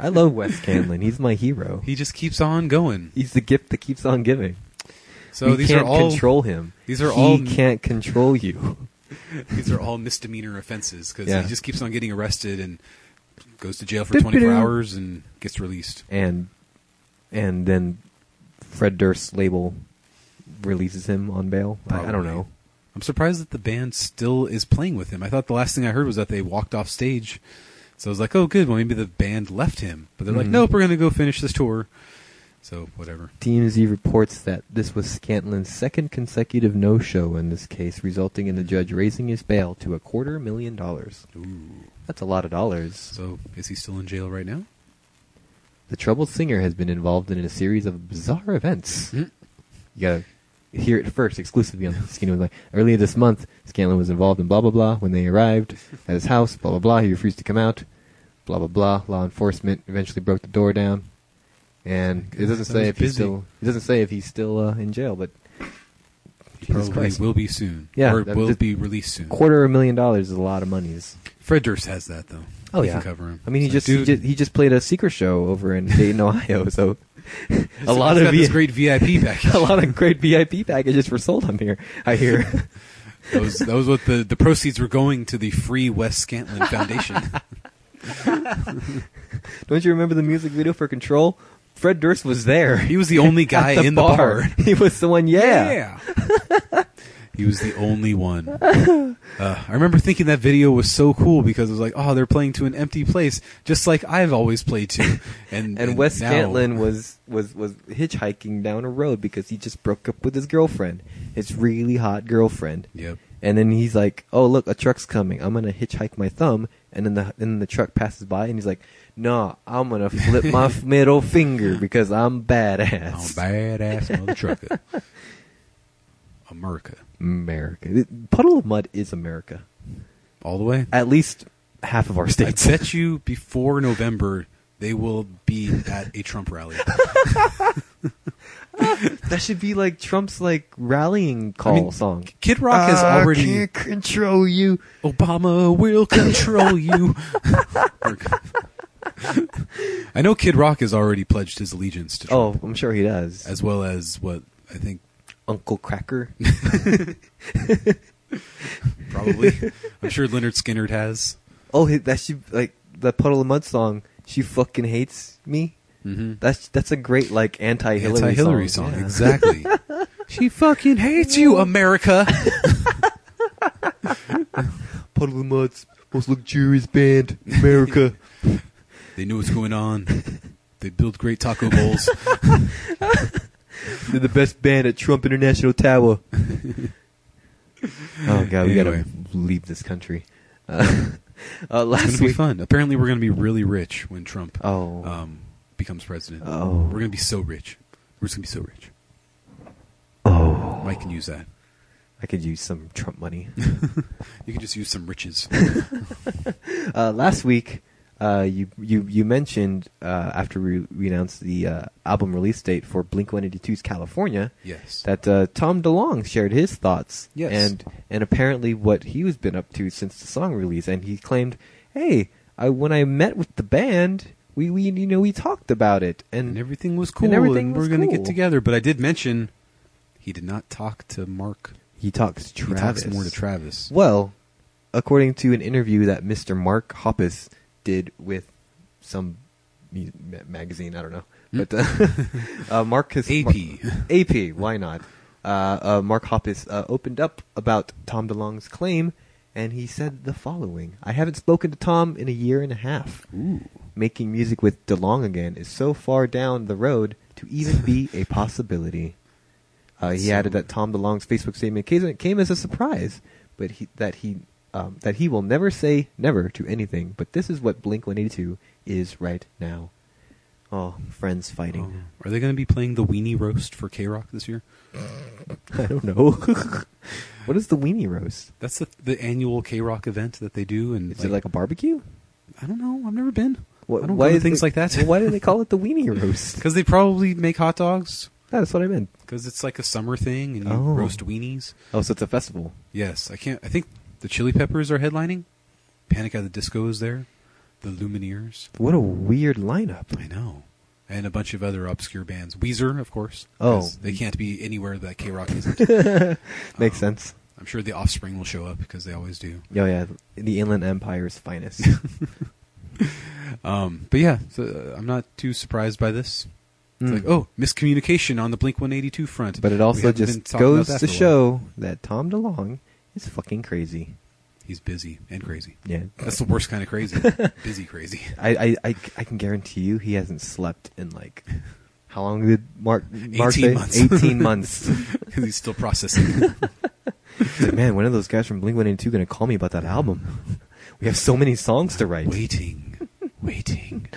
Speaker 2: I love Wes Canlin. He's my hero.
Speaker 1: He just keeps on going.
Speaker 2: he's the gift that keeps on giving.
Speaker 1: So
Speaker 2: we
Speaker 1: these
Speaker 2: can't
Speaker 1: are all
Speaker 2: control him.
Speaker 1: these are
Speaker 2: he
Speaker 1: all-
Speaker 2: can't control you.
Speaker 1: these are all misdemeanor offenses because
Speaker 2: Yeah.
Speaker 1: he just keeps on getting arrested and goes to jail for 24 hours and gets released.
Speaker 2: And and then Fred Durst's label releases him on bail. I, I don't
Speaker 1: Probably.
Speaker 2: know.
Speaker 1: I'm surprised that the band still is playing with him. I thought the last thing I heard was that they walked off stage. So I was like, oh, good. Well, maybe the band left him. But they're like,
Speaker 2: Mhm.
Speaker 1: nope, we're going to go finish this tour. So whatever.
Speaker 2: TMZ reports that this was Scantlin's second consecutive no-show in this case, resulting in the judge raising his bail to a quarter million dollars.
Speaker 1: Ooh.
Speaker 2: That's a lot of dollars.
Speaker 1: So is he still in jail right now?
Speaker 2: The troubled singer has been involved in a series of bizarre events.
Speaker 1: Mhm.
Speaker 2: You gotta hear it first, exclusively on Skinny Like Earlier this month, Scanlon was involved in blah blah blah. When they arrived at his house, blah blah blah, he refused to come out. Blah blah blah. Law enforcement eventually broke the door down, and it doesn't
Speaker 1: Sounds
Speaker 2: say if he's
Speaker 1: busy.
Speaker 2: still. It doesn't say if he's still uh, in jail, but
Speaker 1: He
Speaker 2: Jesus
Speaker 1: probably
Speaker 2: Christ.
Speaker 1: will be soon.
Speaker 2: Yeah,
Speaker 1: Or
Speaker 2: that-
Speaker 1: will
Speaker 2: that-
Speaker 1: be released soon.
Speaker 2: quarter of a million dollars is a lot of monies.
Speaker 1: Fred Durst has that, though.
Speaker 2: Oh
Speaker 1: He
Speaker 2: yeah,
Speaker 1: can cover him.
Speaker 2: I mean, he
Speaker 1: So,
Speaker 2: just, he
Speaker 1: dude,
Speaker 2: just he just played a secret show over in Dayton, Ohio. So a
Speaker 1: he's
Speaker 2: lot
Speaker 1: got
Speaker 2: of
Speaker 1: this
Speaker 2: V-
Speaker 1: great VIP package.
Speaker 2: a lot of great VIP packages were sold on here. I hear.
Speaker 1: That was, that was what the, the proceeds were going to the Free West Scantlin Foundation.
Speaker 2: Don't you remember the music video for Control? Fred Durst was there.
Speaker 1: he was the only guy
Speaker 2: At
Speaker 1: in the bar.
Speaker 2: He was the one. Yeah.
Speaker 1: Yeah. he was the only one. Uh, I remember thinking that video was so cool because it was like, oh, they're playing to an empty place, just like I've always played to. And
Speaker 2: And Wes
Speaker 1: now-
Speaker 2: Cantlin was, was, was hitchhiking down a road because he just broke up with his girlfriend, his really hot girlfriend.
Speaker 1: Yep.
Speaker 2: And then he's like, "Oh, look, a truck's coming. I'm gonna hitchhike my thumb." And then the and then the truck passes by, and he's like, "No, I'm gonna flip my f- middle finger because I'm
Speaker 1: I'm a
Speaker 2: badass."
Speaker 1: badass mother trucker. America,
Speaker 2: America. It- Puddle of Mud is America.
Speaker 1: all the way.
Speaker 2: At least half of our
Speaker 1: I
Speaker 2: states.
Speaker 1: bet you before November they will be at a Trump rally.
Speaker 2: That should be like Trump's like rallying call
Speaker 1: mean,
Speaker 2: song.
Speaker 1: Kid Rock has already.
Speaker 2: control you.
Speaker 1: Obama will control you. I know Kid Rock has already pledged his allegiance to Trump,
Speaker 2: Oh, I'm sure he does.
Speaker 1: as well as what I think
Speaker 2: Uncle Cracker.
Speaker 1: probably I'm sure Leonard Skinner has.
Speaker 2: oh, he- that should like that puddle of mud song. She fucking hates me.
Speaker 1: Mm-hmm.
Speaker 2: That's that's a great like anti-Hillary,
Speaker 1: Anti-Hillary song,
Speaker 2: Yeah.
Speaker 1: exactly. she fucking hates you, America.
Speaker 2: Puddle of Mud's most luxurious band, in America.
Speaker 1: they knew what's going on. They build great taco bowls.
Speaker 2: They're the best band at Trump International Tower. oh god, we
Speaker 1: Anyway.
Speaker 2: gotta leave this country. Uh, uh,
Speaker 1: It's
Speaker 2: last
Speaker 1: gonna be
Speaker 2: week.
Speaker 1: fun. Apparently, we're gonna be really rich when Trump
Speaker 2: Oh.
Speaker 1: um, becomes president.
Speaker 2: Oh.
Speaker 1: We're gonna be so rich. We're just gonna be so rich.
Speaker 2: Oh,
Speaker 1: Mike can use that.
Speaker 2: I could use some Trump money.
Speaker 1: You can just use some riches.
Speaker 2: uh, last week, uh, you you you mentioned uh, after we, we announced the uh, album release date for Blink 182's California
Speaker 1: Yes.
Speaker 2: that uh, Tom DeLonge shared his thoughts.
Speaker 1: Yes.
Speaker 2: and and apparently what he was been up to since the song release, and he claimed, "Hey, I when I met with the band." We, we you know we talked about it and,
Speaker 1: and everything was cool. And,
Speaker 2: everything
Speaker 1: we're
Speaker 2: was
Speaker 1: gonna
Speaker 2: cool.
Speaker 1: get together. But I did mention he did not talk to Mark.
Speaker 2: he talks to Travis
Speaker 1: He talks more to Travis.
Speaker 2: Well, according to an interview that Mr. Mark Hoppus did with some mu- ma- magazine, I don't know, but uh, uh, Mark has
Speaker 1: AP.
Speaker 2: Mar- AP, why not? Uh, uh, Mark Hoppus uh, opened up about Tom DeLonge's claim, and he said the following: "I haven't spoken to Tom in a year and a half.
Speaker 1: Ooh.
Speaker 2: Making music with DeLonge again is so far down the road to even be a possibility." Uh, he
Speaker 1: So-
Speaker 2: added that Tom DeLong's Facebook statement came, came as a surprise, but he, that he um, that he will never say never to anything. But this is what Blink One Eighty Two is right now. Oh, friends fighting.
Speaker 1: Oh, are they going to be playing the weenie roast for K Rock this year?
Speaker 2: I don't know. what is the weenie roast?
Speaker 1: That's the the annual K Rock event that they do, and
Speaker 2: Is it like a barbecue?
Speaker 1: I don't know, I've never been.
Speaker 2: What,
Speaker 1: I don't go to
Speaker 2: is
Speaker 1: things
Speaker 2: the-
Speaker 1: like that
Speaker 2: well, why do they call it the weenie roast?
Speaker 1: because they probably make hot dogs
Speaker 2: That's what I meant.
Speaker 1: because it's like a summer thing, and you
Speaker 2: Oh.
Speaker 1: roast weenies.
Speaker 2: Oh, so it's a festival.
Speaker 1: Yes, I can't. I think the Chili Peppers are headlining. Panic at the Disco is there. The Lumineers.
Speaker 2: What a weird lineup.
Speaker 1: I know. And a bunch of other obscure bands. Weezer, of course.
Speaker 2: Oh.
Speaker 1: 'cause They can't be anywhere that K Rock isn't.
Speaker 2: Makes
Speaker 1: Um,
Speaker 2: sense.
Speaker 1: I'm sure the Offspring will show up because they always do.
Speaker 2: Oh yeah, the Inland Empire's finest.
Speaker 1: Um, but yeah, so uh, I'm not too surprised by this. It's
Speaker 2: Mm.
Speaker 1: like, oh, miscommunication on the Blink 182 front.
Speaker 2: but it
Speaker 1: We
Speaker 2: also
Speaker 1: haven't been
Speaker 2: just
Speaker 1: talking about
Speaker 2: goes
Speaker 1: that for
Speaker 2: to
Speaker 1: a while.
Speaker 2: show that Tom DeLong is fucking crazy.
Speaker 1: He's busy and crazy.
Speaker 2: Yeah,
Speaker 1: That's the worst kind of crazy. busy crazy.
Speaker 2: I, I, I, I can guarantee you he hasn't slept in like how long did Mark
Speaker 1: 18
Speaker 2: Mark say?
Speaker 1: months.
Speaker 2: Eighteen months.
Speaker 1: Because he's still processing.
Speaker 2: He's like, man, when are those guys from Blink One Eighty Two going to call me about that album? We have so many songs to write.
Speaker 1: waiting. Waiting.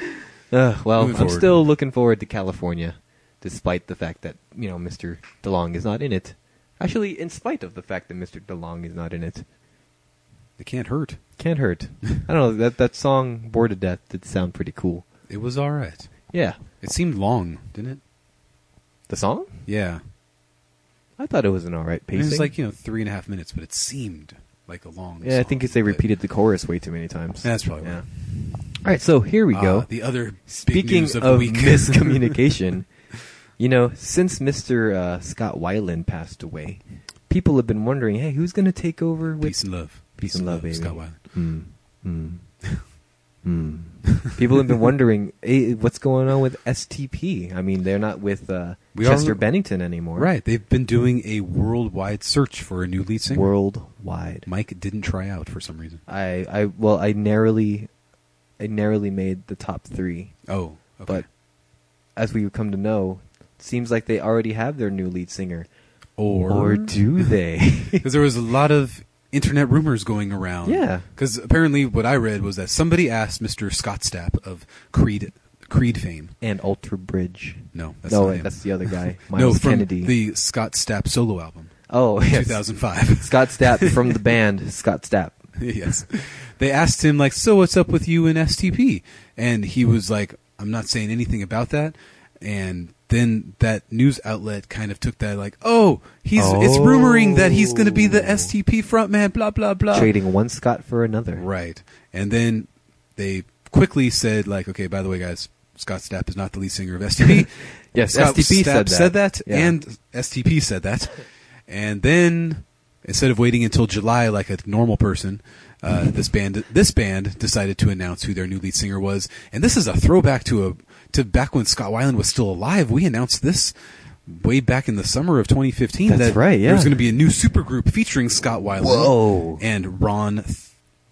Speaker 2: Uh, well,
Speaker 1: Moving
Speaker 2: I'm
Speaker 1: forward.
Speaker 2: still looking forward to California, despite the fact that you know Mr. DeLong is not in it. Actually, in spite of the fact that Mr. DeLong is not in it,
Speaker 1: It can't hurt.
Speaker 2: can't hurt. I don't know that that song "Bored to Death" did sound pretty cool.
Speaker 1: It was all right.
Speaker 2: Yeah,
Speaker 1: It seemed long, didn't it?
Speaker 2: the song.
Speaker 1: Yeah.
Speaker 2: I thought it was an all right
Speaker 1: It
Speaker 2: pacing.
Speaker 1: was like, you know, three and a half minutes, but it seemed like a long
Speaker 2: yeah, I
Speaker 1: song,
Speaker 2: think it's they
Speaker 1: but-
Speaker 2: repeated the chorus way too many times.
Speaker 1: That's probably
Speaker 2: yeah.
Speaker 1: right.
Speaker 2: All right, so here we
Speaker 1: Ah,
Speaker 2: go.
Speaker 1: the other speaking big
Speaker 2: Speaking
Speaker 1: news of, the
Speaker 2: of
Speaker 1: week.
Speaker 2: miscommunication, you know, since Mr. Uh, Scott Weiland passed away, people have been wondering, hey, who's going to take over with
Speaker 1: Peace and love.
Speaker 2: Peace and love, baby.
Speaker 1: Scott Weiland.
Speaker 2: Mm. Mm. Mm. People have been wondering eh, what's going on with STP. I mean, they're not with uh,
Speaker 1: We
Speaker 2: Chester
Speaker 1: are-
Speaker 2: Bennington anymore,
Speaker 1: Right. They've been doing a worldwide search for a new lead singer.
Speaker 2: Worldwide.
Speaker 1: Mike didn't try out for some reason.
Speaker 2: I, I, well, I narrowly, I narrowly made the top three,
Speaker 1: Oh, okay.
Speaker 2: but as we've come to know, seems like they already have their new lead singer.
Speaker 1: or
Speaker 2: or do they?
Speaker 1: because there was a lot of internet rumors going around.
Speaker 2: Yeah.
Speaker 1: Because apparently, what I read was that somebody asked Mr. Scott Stapp of Creed Creed fame.
Speaker 2: and Alter Bridge.
Speaker 1: No, that's
Speaker 2: no,
Speaker 1: not
Speaker 2: wait,
Speaker 1: him.
Speaker 2: that's the other guy,
Speaker 1: no,
Speaker 2: Miles
Speaker 1: from
Speaker 2: Kennedy.
Speaker 1: the Scott Stapp solo album,
Speaker 2: oh, yes.
Speaker 1: 2005.
Speaker 2: Scott Stapp from the band Scott Stapp.
Speaker 1: yes, they asked him like, "So what's up with you and STP?" And he was like, "I'm not saying anything about that." And then that news outlet kind of took that like, "Oh, he's it's
Speaker 2: Oh.
Speaker 1: rumoring that he's going to be the STP frontman." Blah blah blah.
Speaker 2: Trading one Scott for another.
Speaker 1: Oh. Right. And then they quickly said, like, okay, by the way, guys, Scott Stapp is not the lead singer of STP.
Speaker 2: Yes,
Speaker 1: Scott
Speaker 2: STP
Speaker 1: Stapp
Speaker 2: said that. Yeah.
Speaker 1: and STP said that. And then, instead of waiting until July like a normal person, uh, this band this band decided to announce who their new lead singer was. And this is a throwback to a to back when Scott Weiland was still alive. We announced this way back in the summer of 2015
Speaker 2: That's
Speaker 1: that
Speaker 2: right, yeah.
Speaker 1: there was going to be a new supergroup featuring Scott Weiland
Speaker 2: Whoa.
Speaker 1: and Ron Th-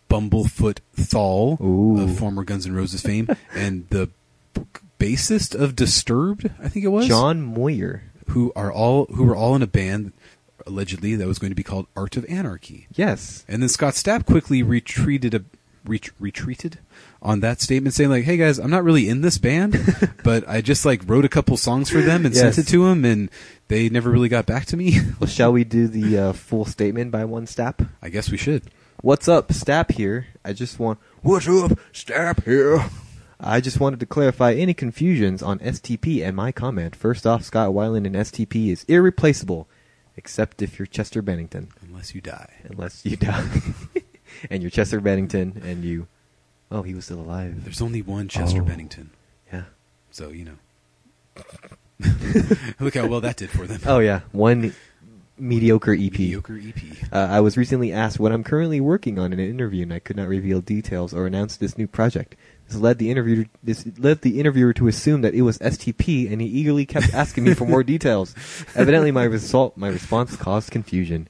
Speaker 1: Bumblefoot Thal
Speaker 2: Ooh.
Speaker 1: of former Guns N' Roses fame, and the b- bassist of Disturbed, I think it was,
Speaker 2: John Moyer.
Speaker 1: who are all who were all in a band allegedly that was going to be called Art of Anarchy.
Speaker 2: Yes.
Speaker 1: And then Scott Stapp quickly retreated a, ret- retreated on that statement, saying like, "Hey guys, I'm not really in this band, but I just like wrote a couple songs for them and
Speaker 2: Yes.
Speaker 1: sent it to them, and they never really got back to me."
Speaker 2: Well, shall we do the uh, full statement by one Stapp?
Speaker 1: I guess we should.
Speaker 2: What's up, Stapp here? I just want. What's up, Stapp here? I just wanted to clarify any confusions on STP and my comment. First off, Scott Weiland and STP is irreplaceable, except if you're Chester Bennington,
Speaker 1: Unless you die.
Speaker 2: unless you die. and you're Chester Bennington, and you. Oh, he was still alive.
Speaker 1: There's only one Chester
Speaker 2: Oh.
Speaker 1: Bennington.
Speaker 2: yeah.
Speaker 1: So you know, look how well that did for them.
Speaker 2: Oh yeah, one mediocre E EP.
Speaker 1: mediocre E EP.
Speaker 2: Uh, I was recently asked what I'm currently working on in an interview, and I could not reveal details or announce this new project. This led the interviewer this led the interviewer to assume that it was STP, and he eagerly kept asking me for more details. Evidently, my result my response caused confusion.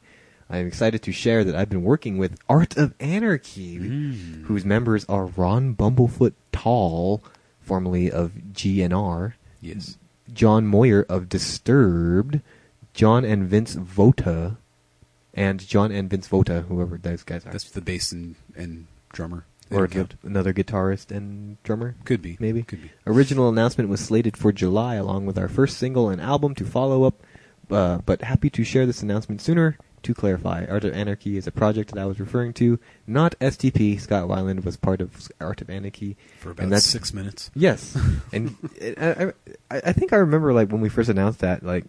Speaker 2: I am excited to share that I've been working with Art of Anarchy,
Speaker 1: Mm.
Speaker 2: whose members are Ron Bumblefoot Tall, formerly of GNR,
Speaker 1: Yes,
Speaker 2: John Moyer of Disturbed, John and Vince Vota, and John and Vince Vota, whoever those guys are,
Speaker 1: That's the bass and, and drummer. They
Speaker 2: or
Speaker 1: don't count.
Speaker 2: the, another guitarist and drummer.
Speaker 1: could be
Speaker 2: maybe.
Speaker 1: could be.
Speaker 2: Original announcement was slated for July, along with our first single and album to follow up. Uh, but happy to share this announcement sooner. To clarify, Art of Anarchy is a project that I was referring to, not STP. Scott Weiland was part of Art of Anarchy.
Speaker 1: for
Speaker 2: And
Speaker 1: about
Speaker 2: that's-
Speaker 1: six minutes.
Speaker 2: Yes, and it, I, I, I think I remember like when we first announced that, like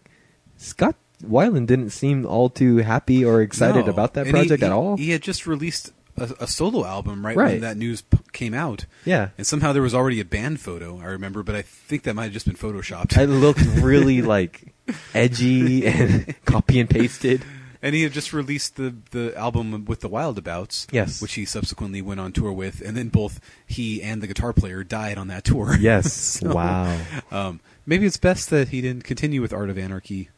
Speaker 2: Scott Weiland didn't seem all too happy or excited
Speaker 1: No.
Speaker 2: about that
Speaker 1: And he-
Speaker 2: project at
Speaker 1: he-
Speaker 2: all.
Speaker 1: He had just released a, a solo album right,
Speaker 2: Right.
Speaker 1: when that news p- came out,
Speaker 2: yeah,
Speaker 1: and somehow there was already a band photo. I remember, but I think that might have just been photoshopped.
Speaker 2: it looked really like edgy and copy and pasted.
Speaker 1: and he had just released the the album with the Wildabouts,
Speaker 2: Yes.
Speaker 1: which he subsequently went on tour with, and then both he and the guitar player died on that tour.
Speaker 2: Yes,
Speaker 1: So,
Speaker 2: wow.
Speaker 1: Um, maybe it's best that he didn't continue with Art of Anarchy,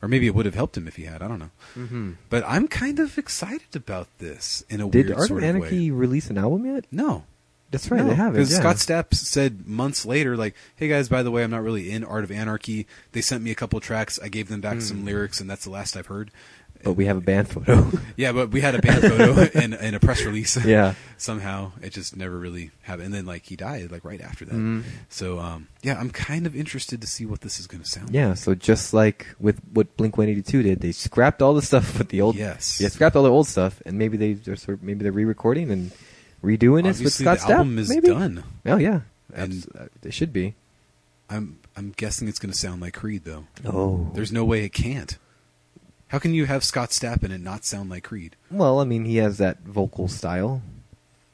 Speaker 1: or maybe it would have helped him if he had. I don't know.
Speaker 2: Mm-hmm.
Speaker 1: But I'm kind of excited about this in a
Speaker 2: Did
Speaker 1: weird
Speaker 2: Art
Speaker 1: sort
Speaker 2: of
Speaker 1: of
Speaker 2: Anarchy
Speaker 1: way.
Speaker 2: release an album yet?
Speaker 1: No,
Speaker 2: That's right, they haven't.
Speaker 1: Because
Speaker 2: Yeah.
Speaker 1: Scott Stapp said months later, like, "Hey guys, by the way, I'm not really in Art of Anarchy. They sent me a couple tracks. I gave them back some lyrics, and that's the last I've heard."
Speaker 2: but we have a band photo.
Speaker 1: Yeah, but we had a band photo and, and a press release.
Speaker 2: yeah,
Speaker 1: Somehow it just never really happened. And then like he died like right after that.
Speaker 2: Mm.
Speaker 1: So um, yeah, I'm kind of interested to see what this is going to sound.
Speaker 2: yeah. So just like with what Blink One Eighty Two did, they scrapped all the stuff with the old.
Speaker 1: Yes.
Speaker 2: they scrapped all the old stuff, and maybe they just sort of- maybe they're re-recording and redoing
Speaker 1: Like.
Speaker 2: it with
Speaker 1: Obviously,
Speaker 2: Scott
Speaker 1: the album
Speaker 2: Stapp,
Speaker 1: is
Speaker 2: maybe?
Speaker 1: done.
Speaker 2: Oh yeah,
Speaker 1: And-
Speaker 2: Abs- uh, it should be.
Speaker 1: I'm I'm guessing it's going to sound like Creed though.
Speaker 2: Oh,
Speaker 1: There's no way it can't. How can you have Scott Stapp and it not sound like Creed?
Speaker 2: well, I mean, he has that vocal style.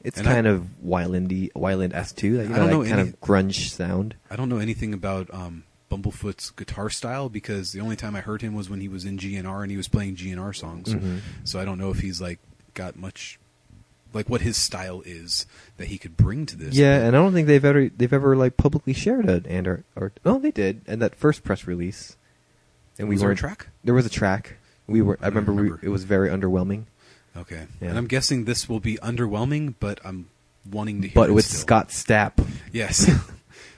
Speaker 2: It's
Speaker 1: And I-
Speaker 2: kind of Wylandy, Wyland S two. Like, you
Speaker 1: I don't
Speaker 2: that
Speaker 1: know
Speaker 2: kind
Speaker 1: any-
Speaker 2: of grunge sound.
Speaker 1: I don't know anything about um, Bumblefoot's guitar style because the only time I heard him was when he was in GNR and he was playing GNR songs.
Speaker 2: Mhm.
Speaker 1: So I don't know if he's like got much, like what his style is that he could bring to this.
Speaker 2: Yeah, and I don't think they've ever they've ever like publicly shared it, and or, or oh they did, and that first press release, and
Speaker 1: was
Speaker 2: we
Speaker 1: there a
Speaker 2: weren't-
Speaker 1: track?
Speaker 2: There was a track. We were. I,
Speaker 1: I don't
Speaker 2: remember,
Speaker 1: remember.
Speaker 2: We, it was very underwhelming,
Speaker 1: Okay,
Speaker 2: Yeah.
Speaker 1: and I'm guessing this will be underwhelming, but I'm wanting to hear.
Speaker 2: but
Speaker 1: it
Speaker 2: with
Speaker 1: still.
Speaker 2: Scott Stapp.
Speaker 1: yes.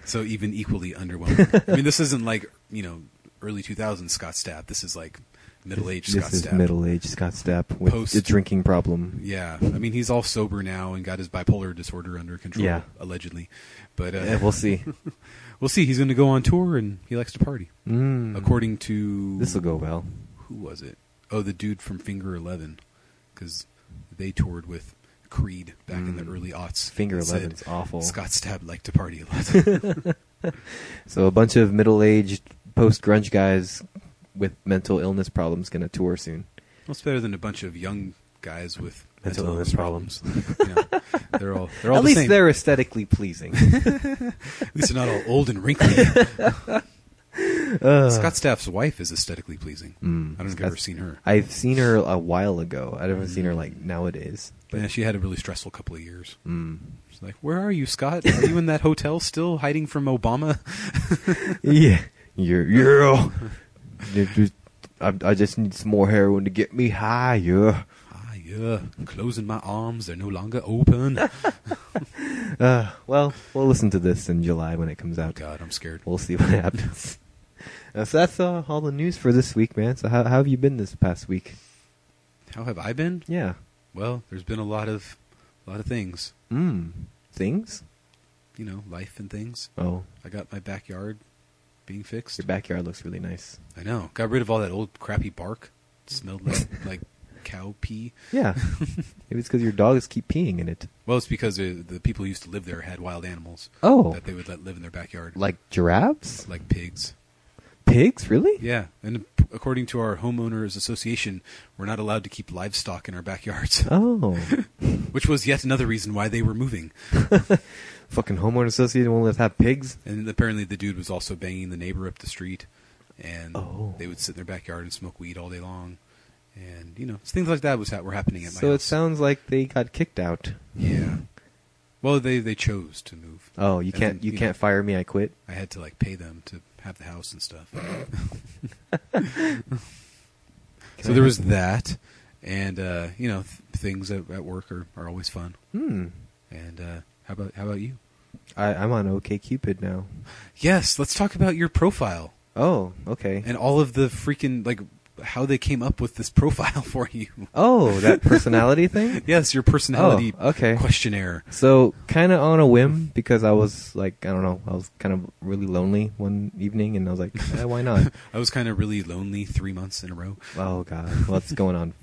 Speaker 1: so even equally underwhelming. I mean, this isn't like you know early 2000s Scott Stapp. This is like middle aged
Speaker 2: This
Speaker 1: Scott
Speaker 2: is
Speaker 1: Stapp.
Speaker 2: middle aged Scott Stapp with
Speaker 1: Post-
Speaker 2: a drinking problem.
Speaker 1: Yeah, I mean he's all sober now and got his bipolar disorder under control,
Speaker 2: Yeah.
Speaker 1: allegedly. But uh,
Speaker 2: Yeah, we'll see.
Speaker 1: we'll see. He's going to go on tour and he likes to party,
Speaker 2: Mm.
Speaker 1: according to
Speaker 2: this will go well.
Speaker 1: Who was it? Oh, the dude from Finger Eleven, because they toured with Creed back in the
Speaker 2: Mm.
Speaker 1: early aughts.
Speaker 2: Finger
Speaker 1: It said,
Speaker 2: Eleven's awful.
Speaker 1: Scott Stapp liked to party a lot.
Speaker 2: So a bunch of middle aged post grunge guys with mental illness problems gonna tour soon.
Speaker 1: That's better than a bunch of young guys with
Speaker 2: Mental illness
Speaker 1: you know, they're all they're all the
Speaker 2: At least
Speaker 1: same.
Speaker 2: they're aesthetically pleasing.
Speaker 1: At least they're not all old and wrinkly.
Speaker 2: Ugh.
Speaker 1: Scott Stapp's wife is aesthetically pleasing.
Speaker 2: Mm.
Speaker 1: I don't know if you've
Speaker 2: That's-
Speaker 1: ever seen her.
Speaker 2: I've seen her a while ago. I haven't seen her like nowadays.
Speaker 1: Mm. yeah, she had a really stressful couple of years.
Speaker 2: Mm.
Speaker 1: She's like, "Where are you, Scott? Are you in that hotel still, hiding from Obama?"
Speaker 2: yeah, you're you're. all- you're just- I, I just need some more heroin to get me high. Yeah.
Speaker 1: ah, yeah. I'm closing my arms; they're no longer open.
Speaker 2: Uh, well, we'll listen to this in July when it comes out.
Speaker 1: God, I'm scared.
Speaker 2: We'll see what happens. Uh, so that's uh, all the news for this week, man. So how, how have you been this past week?
Speaker 1: How have I been?
Speaker 2: Yeah.
Speaker 1: Well, there's been a lot of, a lot of things.
Speaker 2: Mm. Things?
Speaker 1: You know, life and things.
Speaker 2: Oh,
Speaker 1: I got my backyard being fixed.
Speaker 2: your backyard looks really nice.
Speaker 1: I know. Got rid of all that old crappy bark. It smelled like like cow pee.
Speaker 2: Yeah. Maybe it's because your dogs keep peeing in it.
Speaker 1: Well, it's because the, the people who used to live there had wild animals
Speaker 2: Oh,
Speaker 1: that they would let live in their backyard,
Speaker 2: like giraffes?
Speaker 1: like pigs.
Speaker 2: Pigs? Really?
Speaker 1: Yeah, and p- according to our homeowners association, we're not allowed to keep livestock in our backyards,
Speaker 2: Oh,
Speaker 1: which was yet another reason why they were moving.
Speaker 2: fucking homeowner association won't let us have pigs.
Speaker 1: And apparently, the dude was also banging the neighbor up the street, and
Speaker 2: Oh.
Speaker 1: they would sit in their backyard and smoke weed all day long, and you know it's things like that was ha- were happening at my
Speaker 2: So it
Speaker 1: house.
Speaker 2: sounds like they got kicked out.
Speaker 1: yeah. Well, they they chose to move.
Speaker 2: Oh, you
Speaker 1: And
Speaker 2: can't
Speaker 1: then,
Speaker 2: you,
Speaker 1: you
Speaker 2: can't
Speaker 1: know-
Speaker 2: fire me. I quit.
Speaker 1: I had to like pay them to have the house and stuff. so
Speaker 2: I
Speaker 1: there
Speaker 2: have-
Speaker 1: was that, and uh, you know th- things at, at work are, are always fun.
Speaker 2: Hmm.
Speaker 1: And uh, how about how about you?
Speaker 2: I, I'm on OK Cupid now.
Speaker 1: Yes, let's talk about your profile
Speaker 2: Oh, okay.
Speaker 1: and all of the freaking like how they came up with this profile for you.
Speaker 2: Oh, that personality thing.
Speaker 1: Yes, your personality
Speaker 2: Oh, okay.
Speaker 1: questionnaire.
Speaker 2: So kind of on a whim because I was like, I don't know, I was kind of really lonely one evening, and I was like, eh, why not?
Speaker 1: I was kind of really lonely three months in a row.
Speaker 2: oh God, well it's going on,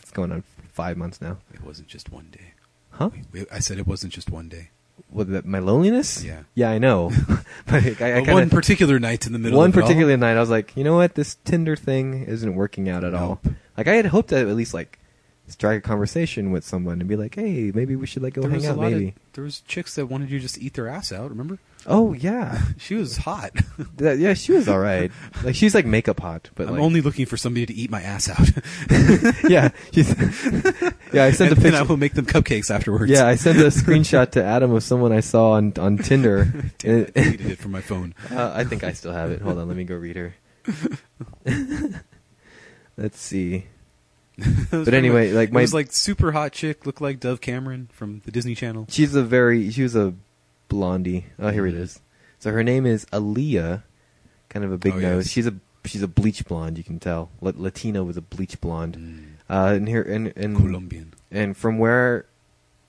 Speaker 2: it's going on five months now,
Speaker 1: It wasn't just one day.
Speaker 2: huh?
Speaker 1: We- I said it wasn't just one day.
Speaker 2: What, that- my loneliness?
Speaker 1: Yeah.
Speaker 2: yeah, I know. but like, I, I
Speaker 1: But
Speaker 2: kinda,
Speaker 1: one particular night in the middle.
Speaker 2: one
Speaker 1: of it all,
Speaker 2: particular night, I was like, you know what, this Tinder thing isn't working out at all.
Speaker 1: Nope.
Speaker 2: Like I had hoped to at least like strike a conversation with someone and be like, hey, maybe we should like go
Speaker 1: there was
Speaker 2: hang
Speaker 1: a
Speaker 2: out,
Speaker 1: lot
Speaker 2: maybe.
Speaker 1: Of, there was chicks that wanted you to just eat their ass out. Remember?
Speaker 2: Oh yeah,
Speaker 1: She was hot.
Speaker 2: That- yeah, she was all right. Like she's like makeup hot, but
Speaker 1: I'm
Speaker 2: like,
Speaker 1: only looking for somebody to eat my ass out.
Speaker 2: yeah, she's, yeah. I sent a
Speaker 1: and then I
Speaker 2: picture.
Speaker 1: will make them cupcakes afterwards.
Speaker 2: Yeah, I sent a screenshot to Adam of someone I saw on on Tinder.
Speaker 1: Damn, I
Speaker 2: And it-
Speaker 1: deleted it from my phone.
Speaker 2: uh, I think I still have it. Hold on, let me go read her. Let's see.
Speaker 1: That was
Speaker 2: But
Speaker 1: pretty
Speaker 2: anyway,
Speaker 1: much-
Speaker 2: like,
Speaker 1: it
Speaker 2: my-
Speaker 1: was like super hot chick, looked like Dove Cameron from the Disney Channel.
Speaker 2: She's a very she was a blondie. Oh, here
Speaker 1: Mm-hmm.
Speaker 2: it is. So her name is Aaliyah, kind of a big
Speaker 1: Oh,
Speaker 2: nose.
Speaker 1: yes.
Speaker 2: She's a she's a bleach blonde. You can tell. La- Latino with a bleach blonde.
Speaker 1: Mm.
Speaker 2: Uh, and here and and
Speaker 1: Colombian.
Speaker 2: and from where